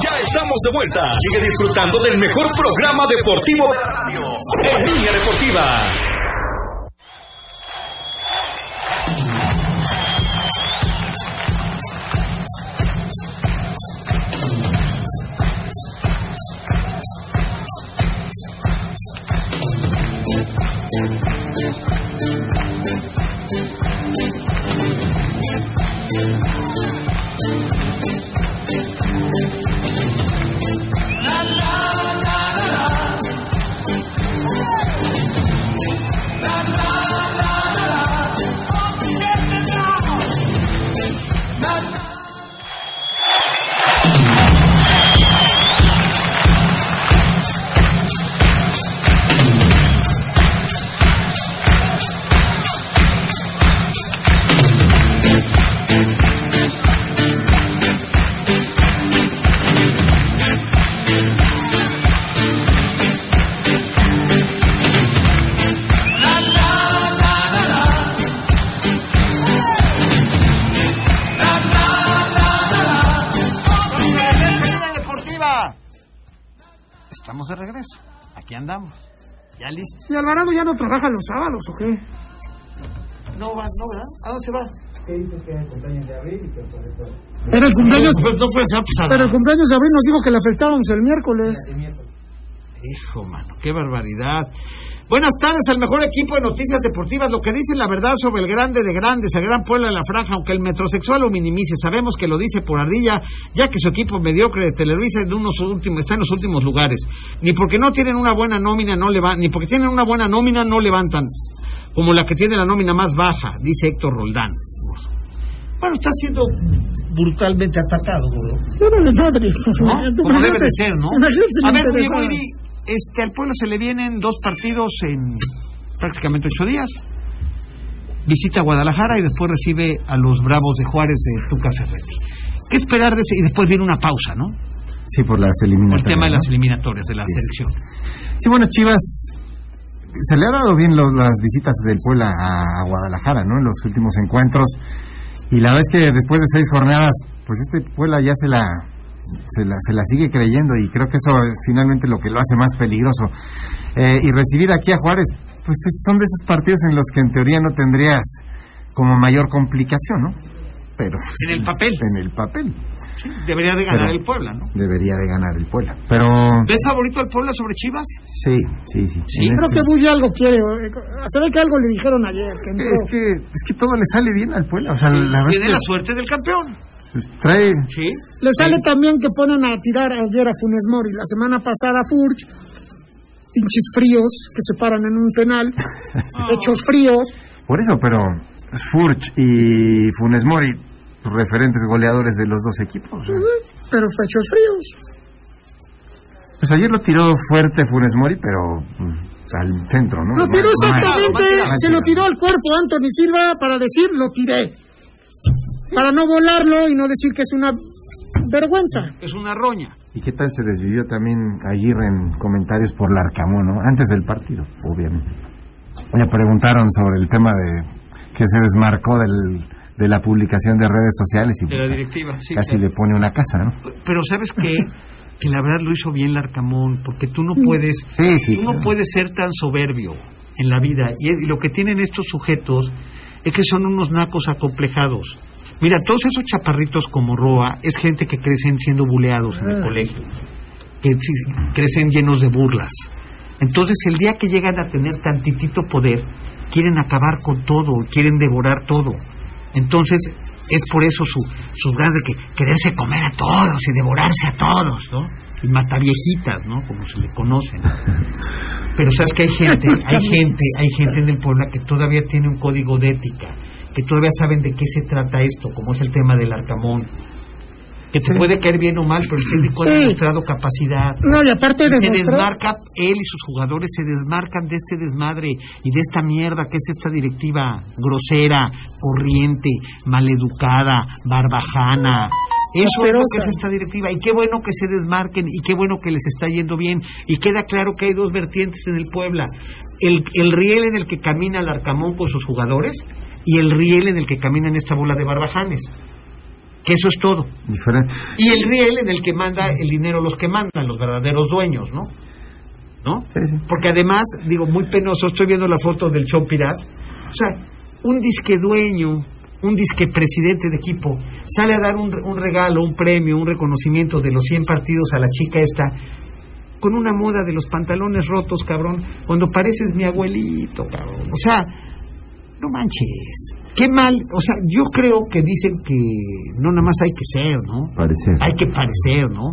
Ya estamos de vuelta. Sigue disfrutando del mejor programa deportivo de la radio. En Línea Deportiva. Tribuna Deportiva. Estamos de regreso. Aquí andamos. Ya listo. ¿Y Alvarado ya no trabaja los sábados o qué? No va, no, ¿verdad? ¿A dónde se va? Era el cumpleaños, Pues no fue sábado. pero el cumpleaños de abril nos dijo que le afectábamos el miércoles. Hijo, mano, qué barbaridad. Buenas tardes al mejor equipo de noticias deportivas. Lo que dicen la verdad sobre el grande de grandes, el gran pueblo de la franja, aunque el metrosexual lo minimice. Sabemos que lo dice por ardilla, ya que su equipo mediocre de Televisa en unos últimos- está en los últimos lugares. Ni porque no tienen una buena nómina, no leva- ni porque tienen una buena nómina, no levantan. Como la que tiene la nómina más baja, dice Héctor Roldán. Bueno, está siendo brutalmente atacado, gordo. Yo no le madre. ¿no? Como debe de ser, ¿no? Imagínate si A me ver, Diego interesaba. Iri, este, al pueblo se le vienen dos partidos en prácticamente ocho días. Visita a Guadalajara y después recibe a los Bravos de Juárez de Tuca Ferretti. ¿Qué esperar de ese? Y después viene una pausa, ¿no? Sí, por las Por el eliminatorias. tema de ¿no? las eliminatorias de la Sí. selección. Sí, bueno, Chivas se le ha dado bien lo- las visitas del Puebla a, a Guadalajara, ¿no? En los últimos encuentros. Y la verdad es que después de seis jornadas, pues este Puebla ya se la, se la, se la sigue creyendo y creo que eso es finalmente lo que lo hace más peligroso. Eh, y recibir aquí a Juárez, pues es- son de esos partidos en los que en teoría no tendrías como mayor complicación, ¿no? Pero pues, En el papel. en el papel Debería de ganar Pero- el Puebla, ¿no? debería de ganar el Puebla. Pero ¿Ves favorito al Puebla sobre Chivas? sí, sí, sí. Sí, En Creo este- que Bush algo quiere. eh, Se ve que algo le dijeron ayer. que entró. Es que, es que todo le sale bien al Puebla. O sea, la verdad Tiene la es suerte del campeón. que trae. Sí. Le sale también que ponen a tirar ayer a Funes Mori. La semana pasada a Furch. pinches fríos que se paran en un penal, hechos fríos. Por eso, pero Furch y Funes Mori, referentes goleadores de los dos equipos. o sea. Pero fue hechos fríos. Pues ayer lo tiró fuerte Funes Mori, pero mm, al centro, ¿no? Lo No, tiró no, exactamente, no, no, se lo tiró al cuerpo a Anthony Silva para decir lo tiré. Para no volarlo y no decir que es una vergüenza. Es una roña. ¿Y qué tal se desvivió también Aguirre en comentarios por Larcamón, ¿no? Antes del partido, obviamente. Le preguntaron sobre el tema de que se desmarcó del, de la publicación de redes sociales y pues, De la directiva, sí. casi le pone una casa, ¿no? Pero ¿sabes qué? Que la verdad lo hizo bien Larcamón, porque tú no puedes, Sí, sí. tú no puedes ser tan soberbio en la vida. Y, es- y lo que tienen estos sujetos es que son unos nacos acomplejados. Mira, todos esos chaparritos como Roa es gente que crecen siendo buleados en el colegio, que sí- crecen llenos de burlas. Entonces, el día que llegan a tener tantitito poder, quieren acabar con todo, quieren devorar todo. Entonces, es por eso su, sus ganas de que, quererse comer a todos y devorarse a todos, ¿no? Y mataviejitas, ¿no? Como se le conocen. Pero sabes que hay gente, hay gente, hay gente en el Puebla que todavía tiene un código de ética, que todavía saben de qué se trata esto, como es el tema del arcamón. Que te puede caer bien o mal, pero el técnico ha Sí. demostrado capacidad No, y aparte se demostrar... desmarca él y sus jugadores se desmarcan de este desmadre y de esta mierda que es esta directiva grosera, corriente, maleducada, barbajana. Eso es lo que es Asquerosa. esta directiva y qué bueno que se desmarquen y qué bueno que les está yendo bien y queda claro que hay dos vertientes en el Puebla, el, el riel en el que camina el Arcamón con sus jugadores y el riel en el que caminan esta bola de barbajanes. Que eso es todo. Diferente. Y el riel en el que manda el dinero los que mandan, los verdaderos dueños, ¿no? ¿No? Sí, sí. Porque además, digo, muy penoso, estoy viendo la foto del Chompiras. O sea, un disque dueño, un disque presidente de equipo, sale a dar un, un regalo, un premio, un reconocimiento de los 100 partidos a la chica esta, con una moda de los pantalones rotos, cabrón, cuando pareces mi abuelito, cabrón. O sea, no manches. Qué mal, o sea, yo creo que dicen que no nada más hay que ser, ¿no? Parece. hay que parecer, ¿no?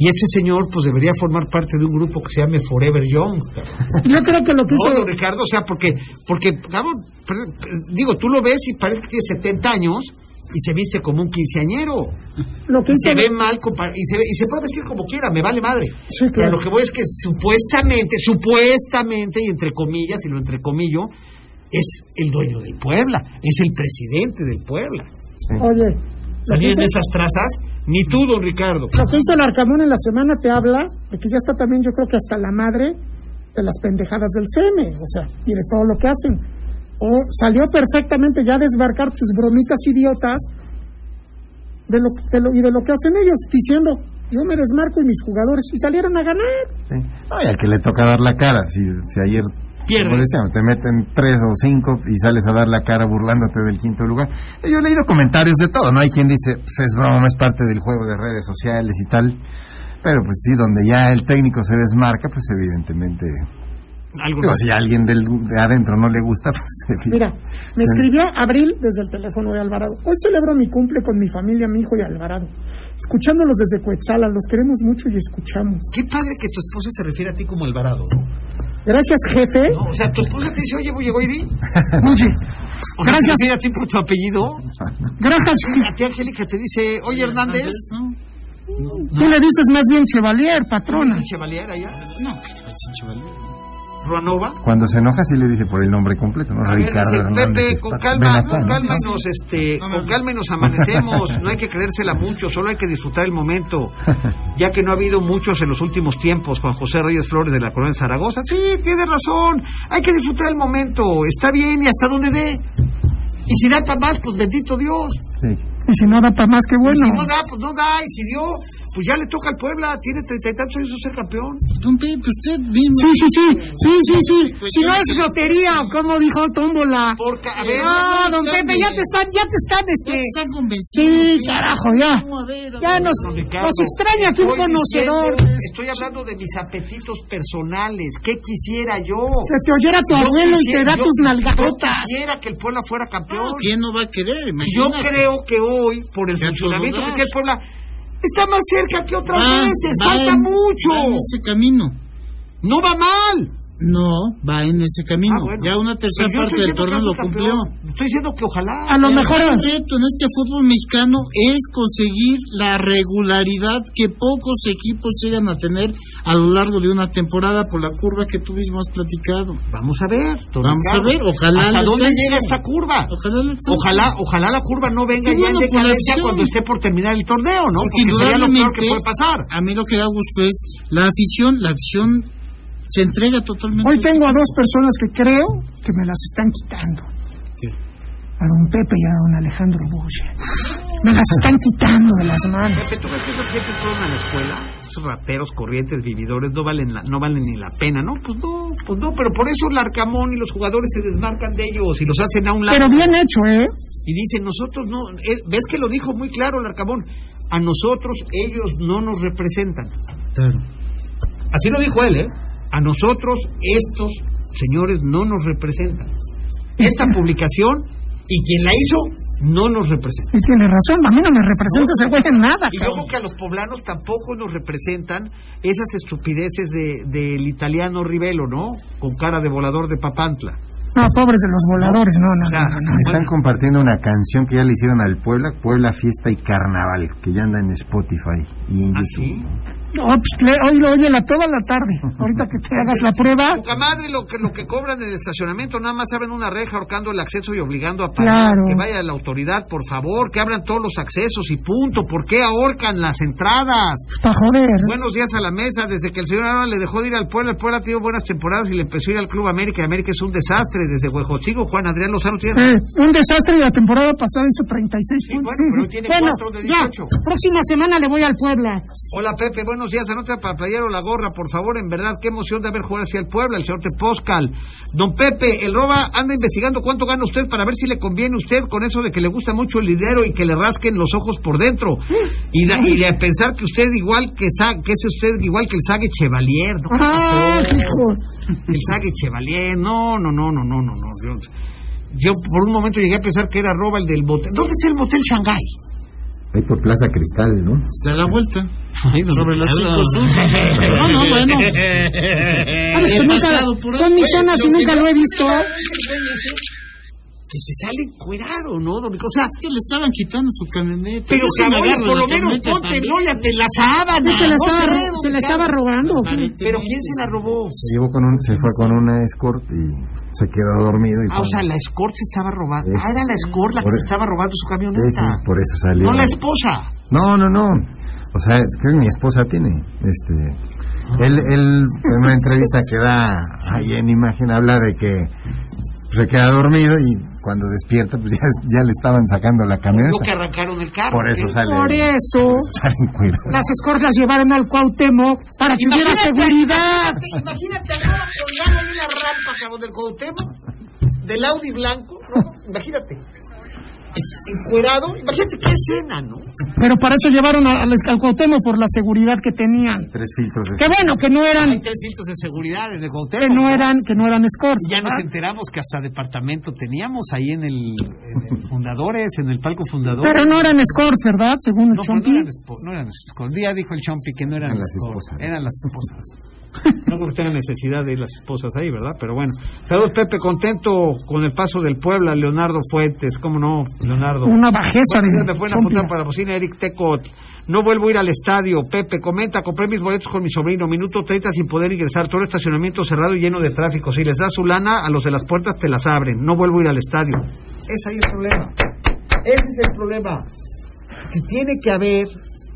Y este señor, pues debería formar parte de un grupo que se llame Forever Young. cabrón. Yo creo que lo que hizo... No, don Ricardo, o sea, porque, porque, cabrón, per- per- digo, tú lo ves y parece que tiene 70 años y se viste como un quinceañero. Lo Y que hizo se ve mal, compa- y se, ve- y se puede vestir como quiera, me vale madre. Sí, claro. Pero lo que voy es que supuestamente, supuestamente, y entre comillas, y lo entre comillo, es el dueño del Puebla, es el presidente del Puebla. Oye, lo que Salir hizo- en esas trazas, ni tú, don Ricardo. lo que hizo el Arcamón en la semana te habla de que ya está también, yo creo que hasta la madre de las pendejadas del CM, o sea, y de todo lo que hacen. O salió perfectamente ya a desbarcar sus bromitas idiotas de lo, de lo- y de lo que hacen ellos, diciendo, yo me desmarco y mis jugadores, y salieron a ganar. Sí. No, y al que le toca dar la cara, si, si ayer Pierde. como decíamos, te meten tres o cinco y sales a dar la cara burlándote del quinto lugar. Yo he leído comentarios de todo, ¿no? Hay quien dice, pues es broma, es parte del juego de redes sociales y tal. Pero pues sí, donde ya el técnico se desmarca, pues evidentemente... Algo digo, no si a alguien del, de adentro no le gusta, pues... en fin. Mira, me escribió Abril desde el teléfono de Alvarado. Hoy celebro mi cumple con mi familia, mi hijo y Alvarado. Escuchándolos desde Coetzalan, los queremos mucho y escuchamos. Qué padre que tu esposa se refiere a ti como Alvarado, ¿no? Gracias, jefe. ¿No? O sea, tu esposa te dice, oye, voy, voy, Oye, gracias. a ti por tu apellido. Gracias. A ti, Angélica, te dice, oye, Hernández. ¿no? Tú le dices más bien Chevalier, patrona. Chevalier allá? No. Ruanova. Cuando se enoja sí le dice por el nombre completo, ¿no? A ver, Ah, Ricardo dice, Hernández Pepe, Esparza. con calma, Ven acá, con ¿no? calma y nos, este, con calma y nos amanecemos. No hay que creérsela mucho, solo hay que disfrutar el momento. Ya que no ha habido muchos en los últimos tiempos, Juan José Reyes Flores de la Corona de Zaragoza. Sí, tiene razón. Hay que disfrutar el momento. Está bien y hasta donde dé. Y si da para más, pues bendito Dios. Sí. Y si no da para más, que bueno. Si no da, pues no da. Y si dio, pues ya le toca al Puebla. Tiene treinta y tantos años de ser campeón. Don Pepe, usted mismo. Sí, sí, sí, sí, sí, Pues sí. Si no es lotería, o como dijo Tómbola. Porque, a ver, No, Ah, don Pepe, ya te están, ya te están, este... Está convencido. Sí, Pepe. carajo, ya. No, a ver, a Ya ver. nos, Ricardo, nos extraña que un estoy conocedor diciendo, Estoy hablando de mis apetitos personales. ¿Qué quisiera yo? que te oyera Yo tu abuelo y quisiera- te da yo- tus Ah, Yo nalgadotas. quisiera que el Puebla fuera campeón. ¿Quién no va a querer? Yo Imagínate. creo que hoy, por el Ya funcionamiento todo que da. tiene el Puebla, está más cerca que otras Ah, Va, veces. va Falta en- mucho. va en ese camino. No va mal. No, va en ese camino. Ah, bueno. Ya una tercera Pero yo parte estoy del diciendo torneo que es lo un cumplió. campeón. Estoy diciendo que ojalá. A lo El mejor gran reto en este fútbol mexicano es conseguir la regularidad que pocos equipos llegan a tener a lo largo de una temporada por la curva que tú mismo has platicado. Vamos a ver. don Vamos a Ricardo. ver, ojalá ¿Hasta le dónde alcance. llega esta curva? Ojalá, le alcance. Ojalá, ojalá la curva no venga Qué ya en bueno, por la decadencia acción. cuando esté por terminar el torneo, ¿no? Porque Porque sería lo peor que indudablemente- puede pasar. A mí lo que da gusto es la afición, la afición se entrega totalmente. Hoy tengo a dos personas que creo que me las están quitando. A don Pepe y a don Alejandro Bulla. Me las están quitando de las manos. Pepe, ¿tú crees que esos jefes fueron a la escuela? Esos raperos, corrientes, vividores, no valen, la- no valen ni la pena, ¿no? Pues no, pues no, pero por eso el Arcamón y los jugadores se desmarcan de ellos y los hacen a un lado. Pero bien hecho, ¿eh? Y dicen, nosotros no, eh, ves que lo dijo muy claro el Arcamón, a nosotros ellos no nos representan. Claro. Así lo dijo él, ¿eh? A nosotros estos señores no nos representan. Esta publicación y quien la hizo no nos representa. Y tiene razón, a mí no me representa ese güey en nada. Y cabrón. luego que a los poblanos tampoco nos representan esas estupideces de- del italiano Rivelo, ¿no? Con cara de volador de Papantla. No, pobres de los voladores, no, no, no, no, no. Están compartiendo una canción que ya le hicieron al Puebla, Puebla Fiesta y Carnaval, que ya anda en Spotify y en ¿Ah, YouTube. sí? No, pues, le- hoy lo oyen a toda la tarde. Ahorita que te hagas la prueba. pues, Poca madre lo que, lo que cobran en el estacionamiento, nada más abren una reja ahorcando el acceso y obligando a parar. Claro. Que vaya la autoridad, por favor, que abran todos los accesos y punto. ¿Por qué ahorcan las entradas? Para joder. Buenos días a la mesa. Desde que el señor Arana le dejó de ir al Puebla, el Puebla ha tenido buenas temporadas y le empezó a ir al Club América. y América es un desastre. Desde Huejotigo, Juan Adrián Lozano tiene. Eh, un desastre la temporada pasada hizo 36 Sí, puntos. bueno, pero hoy tiene Bueno, cuatro de ya, 18. próxima semana le voy al Puebla. Hola Pepe, buenos días. Anota para Playero la gorra, por favor. En verdad, qué emoción de haber jugado hacia el Puebla, el señor Tepozcal. Don Pepe, el Roba anda investigando cuánto gana usted para ver si le conviene a usted con eso de que le gusta mucho el dinero y que le rasquen los ojos por dentro. Mm. Y de, y de pensar que usted igual que, Sa- que es usted igual que el Sague Chevalier. ¿no? ¿Qué Ah, pasó? hijo. El Sague Chevalier. No, no, no, no, no, no, no. Yo, yo por un momento llegué a pensar que era Roba el del botel. ¿Dónde está el botel Shanghai? Ahí por Plaza Cristal, ¿no? Da la vuelta. Sobre Los cinco sur. No, no, bueno. Sabes que He pues, nunca- pasado por son mis zonas y nunca lo he visto. ¿eh? Que se sale cuerado, ¿no? don Rico? O sea, Es que le estaban quitando su camioneta. Pero Yo sí cabrón, me agarro por lo de la menos camioneta ponte también. loya, te la sábana. Se la No estaba, sé, don se la Ricardo. estaba robando. Pero ¿quién se la robó? Se llevó con un, se fue con una escort y se quedó dormido. Y pues, Ah, o sea, Sí, la Escort se estaba robando. Sí. Ah, era la Escort la que Por- se estaba robando su sí, camioneta. por eso salió. No la esposa. No, no, no. O sea, es que mi esposa tiene. Este, él, él, en una entrevista que da ahí en imagen, habla de que se queda dormido y cuando despierta, pues ya, ya le estaban sacando la No que camioneta. arrancaron el carro. Por eso ¿eh? sale. Por eso por eso sale en cuero. las escorjas llevaron al Cuauhtémoc para que hubiera Imagínate, seguridad. Imagínate a Roba colgado en una rampa, cabrón, del Cuauhtémoc, del Audi blanco, ¿no? Imagínate. Encuerado. Imagínate qué escena, ¿no? Pero para eso llevaron a- al, al Cuauhtémoc por la seguridad que tenían. Tres filtros. de- Qué bueno que no Hay eran tres filtros de seguridad en el que Cuauhtémoc. no eran que no eran escorts. Ya nos enteramos que hasta departamento teníamos ahí en el, en el Fundadores, en el palco Fundadores. Pero no eran escorts, ¿verdad? Según el No, pero no Chompi. eran esposas. No eran esposas. Ya dijo el Chompi que no eran, Eran las las esposas. esposas. Eran las esposas. No creo que tenga necesidad de ir las esposas ahí, ¿verdad? Pero bueno. Saludos, Pepe. Contento con el paso del Puebla, Leonardo Fuentes. ¿Cómo no, Leonardo? Una bajeza Buenos días, de me fue una puta para la bocina, Eric Tecot. No vuelvo a ir al estadio. Pepe, comenta, compré mis boletos con mi sobrino. Minuto 30 sin poder ingresar. Todo el estacionamiento cerrado y lleno de tráfico. Si les das su lana, a los de las puertas te las abren. No vuelvo a ir al estadio. Ese ahí el problema. Ese es el problema. Que tiene que haber,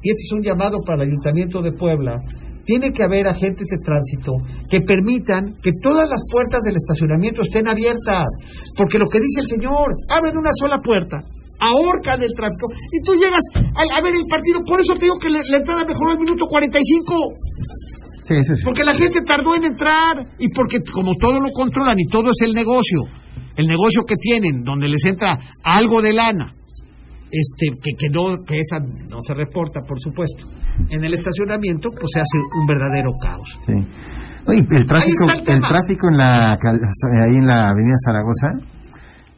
y este es un llamado para el Ayuntamiento de Puebla, tiene que haber agentes de tránsito que permitan que todas las puertas del estacionamiento estén abiertas. Porque lo que dice el señor, abren una sola puerta, ahorcan el tráfico, y tú llegas a, a ver el partido. Por eso te digo que le, la entrada mejoró al minuto 45. Sí, eso sí. Porque la gente tardó en entrar y porque como todo lo controlan y todo es el negocio, el negocio que tienen, donde les entra algo de lana, este, que, que no, que esa no se reporta, por supuesto, en el estacionamiento, pues se hace un verdadero caos. Sí. Oye, el tráfico, está el el tema. tráfico en la cal- ahí en la Avenida Zaragoza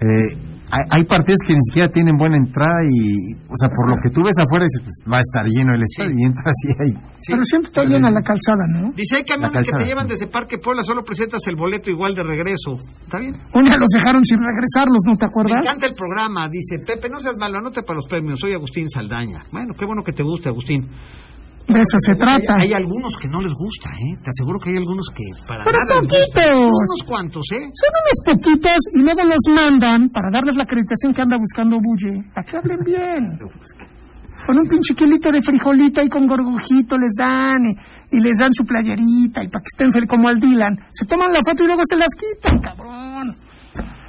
eh, hay, hay partidos que ni siquiera tienen buena entrada y, o sea, por lo que tú ves afuera, dices, pues, va a estar lleno el estadio y entras y ahí. Pero siempre está llena la calzada, ¿no? Dice, hay La camiones que te calzada. llevan desde Parque Puebla, solo presentas el boleto igual de regreso. ¿Está bien? Una los dejaron sin regresarlos, ¿no te Me acuerdas? encanta el programa, dice Pepe, no seas malo, anota para los premios, soy Agustín Saldaña. Bueno, qué bueno que te guste, Agustín. De eso se trata. Hay, hay algunos que no les gusta, ¿eh? Te aseguro que hay algunos que para Pero nada les gusta. poquitos. Unos cuantos, ¿eh? Son unos poquitos y luego los mandan para darles la acreditación que anda buscando Bulle. Para que hablen bien. Con un pinche kilito de frijolito y con gorgojito les dan y, y les dan su playerita y para que estén fel- como al Dylan. Se toman la foto y luego se las quitan, cabrón.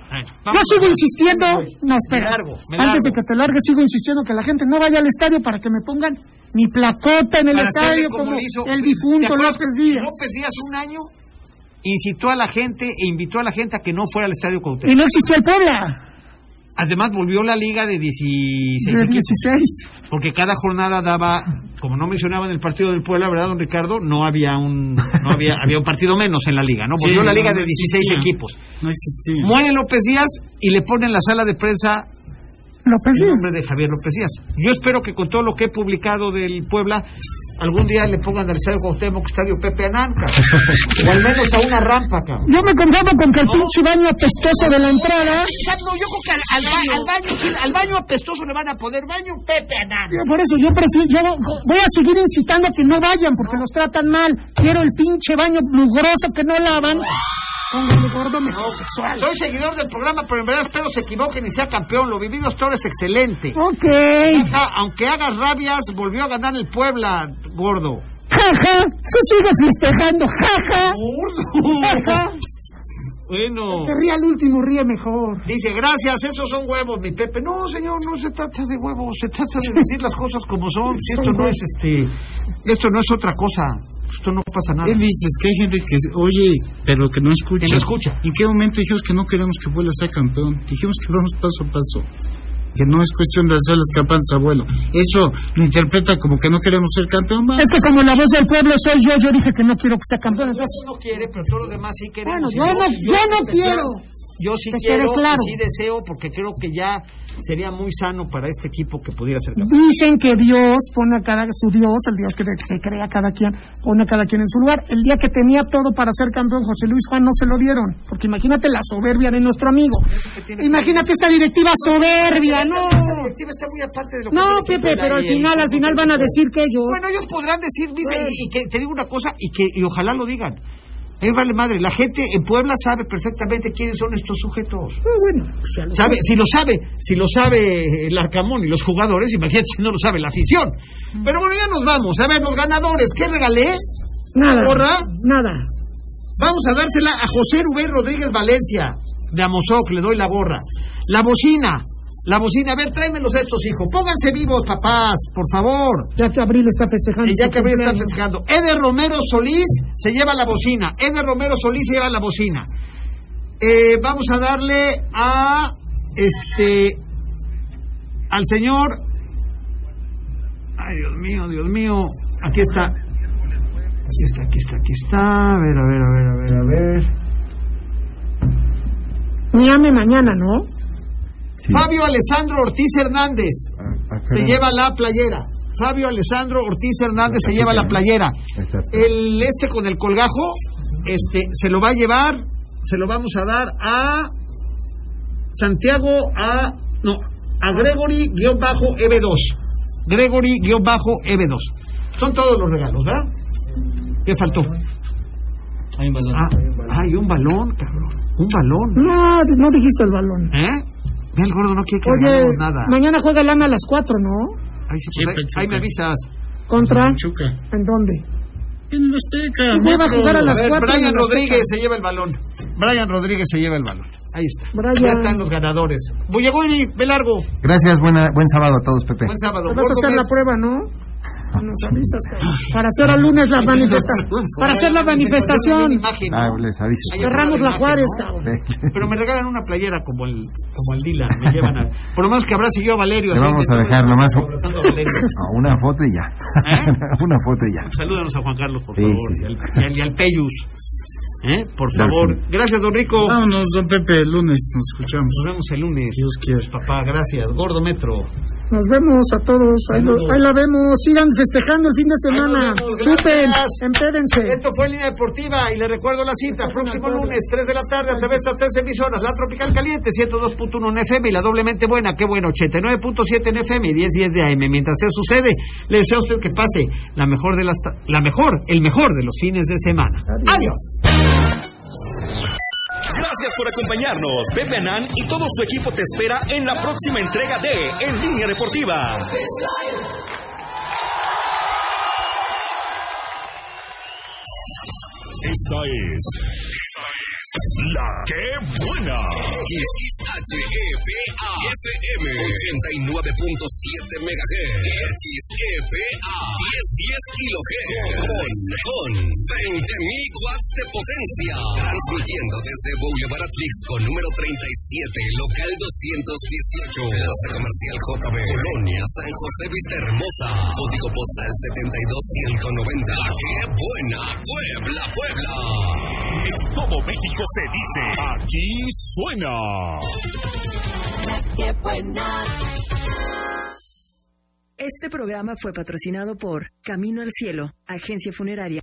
Bueno, Yo vamos. sigo insistiendo. No, Me espera. largo, me Antes de largo. que te largues, sigo insistiendo que la gente no vaya al estadio para que me pongan mi placota en el Para hacerle estadio como como, le hizo- el ¿Te difunto acuerdas López que Díaz. López Díaz un año incitó a la gente e invitó a la gente a que no fuera al Estadio Y Cuauhtémoc. no existió el Puebla. Además volvió la liga de 16 De equipos, 16. porque cada jornada daba, como no mencionaban el partido del Puebla, ¿verdad, don Ricardo? No había un no había, había un partido menos en la liga, ¿no? Volvió Sí, la liga no, de no 16 existía. equipos. No existía. Muere López Díaz y le ponen la sala de prensa López el Díaz. nombre de Javier López Díaz. Yo espero que con todo lo que he publicado del Puebla, algún día le pongan al Estadio Cuauhtémoc Estadio Pepe Ananca, o al menos a una rampa, cabrón. Yo me conformo con que el pinche baño apestoso de la entrada. No, yo creo que al, al ba- al baño, al baño apestoso le van a poner baño Pepe Ananca. Por eso yo prefiero, yo voy a seguir incitando a que no vayan porque los tratan mal. Quiero el pinche baño mugroso que no lavan. Póngale gordo mejor sexual. Soy seguidor del programa, pero en verdad espero se equivoquen y sea campeón. Lo vivido hasta ahora es excelente. Ok. Ajá, aunque hagas rabias, volvió a ganar el Puebla, gordo. Jaja. Se sigue festejando. Jaja. Jaja. Bueno. Te ría al último, ríe mejor. Dice, gracias, esos son huevos, mi Pepe. No, señor, no se trata de huevos, se trata de decir las cosas como son. Esto no es este, esto no es otra cosa. Esto no pasa nada. Él dices que hay gente que oye, pero que no escucha. Que no escucha. ¿En qué momento dijimos que no queremos que Puebla sea campeón? Dijimos que vamos paso a paso. Que no es cuestión de hacer las campanas, abuelo. Eso lo interpreta como que no queremos ser campeón. va. Es que como la voz del pueblo soy yo, yo dije que no quiero que sea campeón. Entonces, no quiere, pero todos los demás sí Bueno, queremos. yo no, Y yo no espero- quiero. Yo sí Que quede quiero, y claro. sí deseo, porque creo que ya sería muy sano para este equipo que pudiera ser campeón. Dicen que Dios pone a cada, su Dios, el Dios que, que crea a cada quien, pone a cada quien en su lugar. El día que tenía todo para ser campeón, José Luis Juan no se lo dieron. Porque imagínate la soberbia de nuestro amigo. Imagínate esta directiva soberbia, no. La directiva está muy aparte de lo que No, se le Pepe, pone pero al ahí el- final, al final van a decir que ellos. Bueno, ellos podrán decir, dice, y, y que te digo una cosa, y que y ojalá lo digan. A mí me vale madre, la gente en Puebla sabe perfectamente quiénes son estos sujetos. sabe, si lo sabe, si lo sabe el Arcamón y los jugadores, imagínate si no lo sabe la afición. Pero bueno, ya nos vamos. A ver, los ganadores, ¿qué regalé? Nada. Gorra. Nada. Vamos a dársela a José Rubén Rodríguez Valencia de Amozoc, le doy la gorra. La bocina, la bocina, a ver, tráemelos estos, hijo. Pónganse vivos, papás, por favor. Ya que Abril está festejando. Y ya su que voy a estar cumpleaños. festejando. Eder Romero Solís se lleva la bocina. Eder Romero Solís se lleva la bocina. Eh, vamos a darle a este al señor. Ay, Dios mío, Dios mío. Aquí está. Aquí está, aquí está, aquí está. A ver, a ver, a ver, a ver, a ver. Ni ame mañana, ¿no? Fabio Alessandro Ortiz Hernández se lleva la playera. Fabio Alessandro Ortiz Hernández se lleva la playera. El este con el colgajo, este, se lo va a llevar, se lo vamos a dar a Santiago a no a Gregory guión bajo EB2. Gregory guión bajo EB2. Son todos los regalos, ¿verdad? ¿Qué faltó? Hay un balón. Ah, hay un balón, cabrón. Un balón. No, no dijiste el balón. ¿Eh? Ve el gordo no quiere que le Oye, regalemos nada. mañana juega el AME a las 4, ¿no? Ahí, sí, pues, ahí- Pechuca. ahí me avisas. Contra. Chuca. ¿En dónde? En la Azteca, Y juega a maestro. jugar a las A ver, 4. Brian Rodríguez se lleva el balón. Brian Rodríguez se lleva el balón. Ahí está. Brian. Ya están los ganadores. Bullegoni, ve largo. Gracias, buena, buen sábado a todos, Pepe. Buen sábado. Vas a hacer la prueba, ¿no? Ah, Nos avisas, cabrón. Para hacer al lunes la manifestación. Para hacer la manifestación. Imagen, ¿no? Ah, les aviso. Ahí Cerramos está la Juárez, imagen, ¿no? cabrón. Le Pero me regalan una playera como el, como el Dylan. Me llevan a, por lo menos que habrá seguido a Valerio. así, vamos a de- dejar nomás abrazando a Valerio. no, una foto y ya. ¿Eh? una foto y ya. Salúdanos a Juan Carlos, por Sí, favor. sí, sí. Y, al, y al- y al Peyus. ¿Eh? Por favor. Gracias, don Rico. Vámonos, don Pepe, el lunes nos escuchamos. Nos vemos el lunes. Dios quiera. Papá, gracias. Gordo Metro. Nos vemos a todos. Ahí, lo- Saludos. ahí la vemos. Sigan festejando el fin de Ahí semana. nos vemos. Chupen, Gracias. empédense. Esto fue Línea Deportiva y le recuerdo la cita. Próximo lunes, 3 de la tarde, a través de estas tres emisoras. La Tropical Caliente, 102.1 en FM y la doblemente buena, qué bueno, 89.7 en FM y 10.10 de AM. Mientras eso sucede, le deseo a usted que pase la mejor de las, ta- la mejor, el mejor de los fines de semana. Adiós. Gracias por acompañarnos. Pepe Anán y todo su equipo te espera en la próxima entrega de En Línea Deportiva. Esta es. La que buena. XHEPA FM 89.7 MHz XEPA 1010 kHz con, con 20.000 watts de potencia transmitiendo desde Boulevard Atlix con número 37 local 218 Plaza Comercial JB Colonia San José Vista Hermosa código postal 72190 ¡Qué buena Puebla Puebla! Todo México se dice. Aquí suena. Este programa fue patrocinado por Camino al Cielo, agencia funeraria.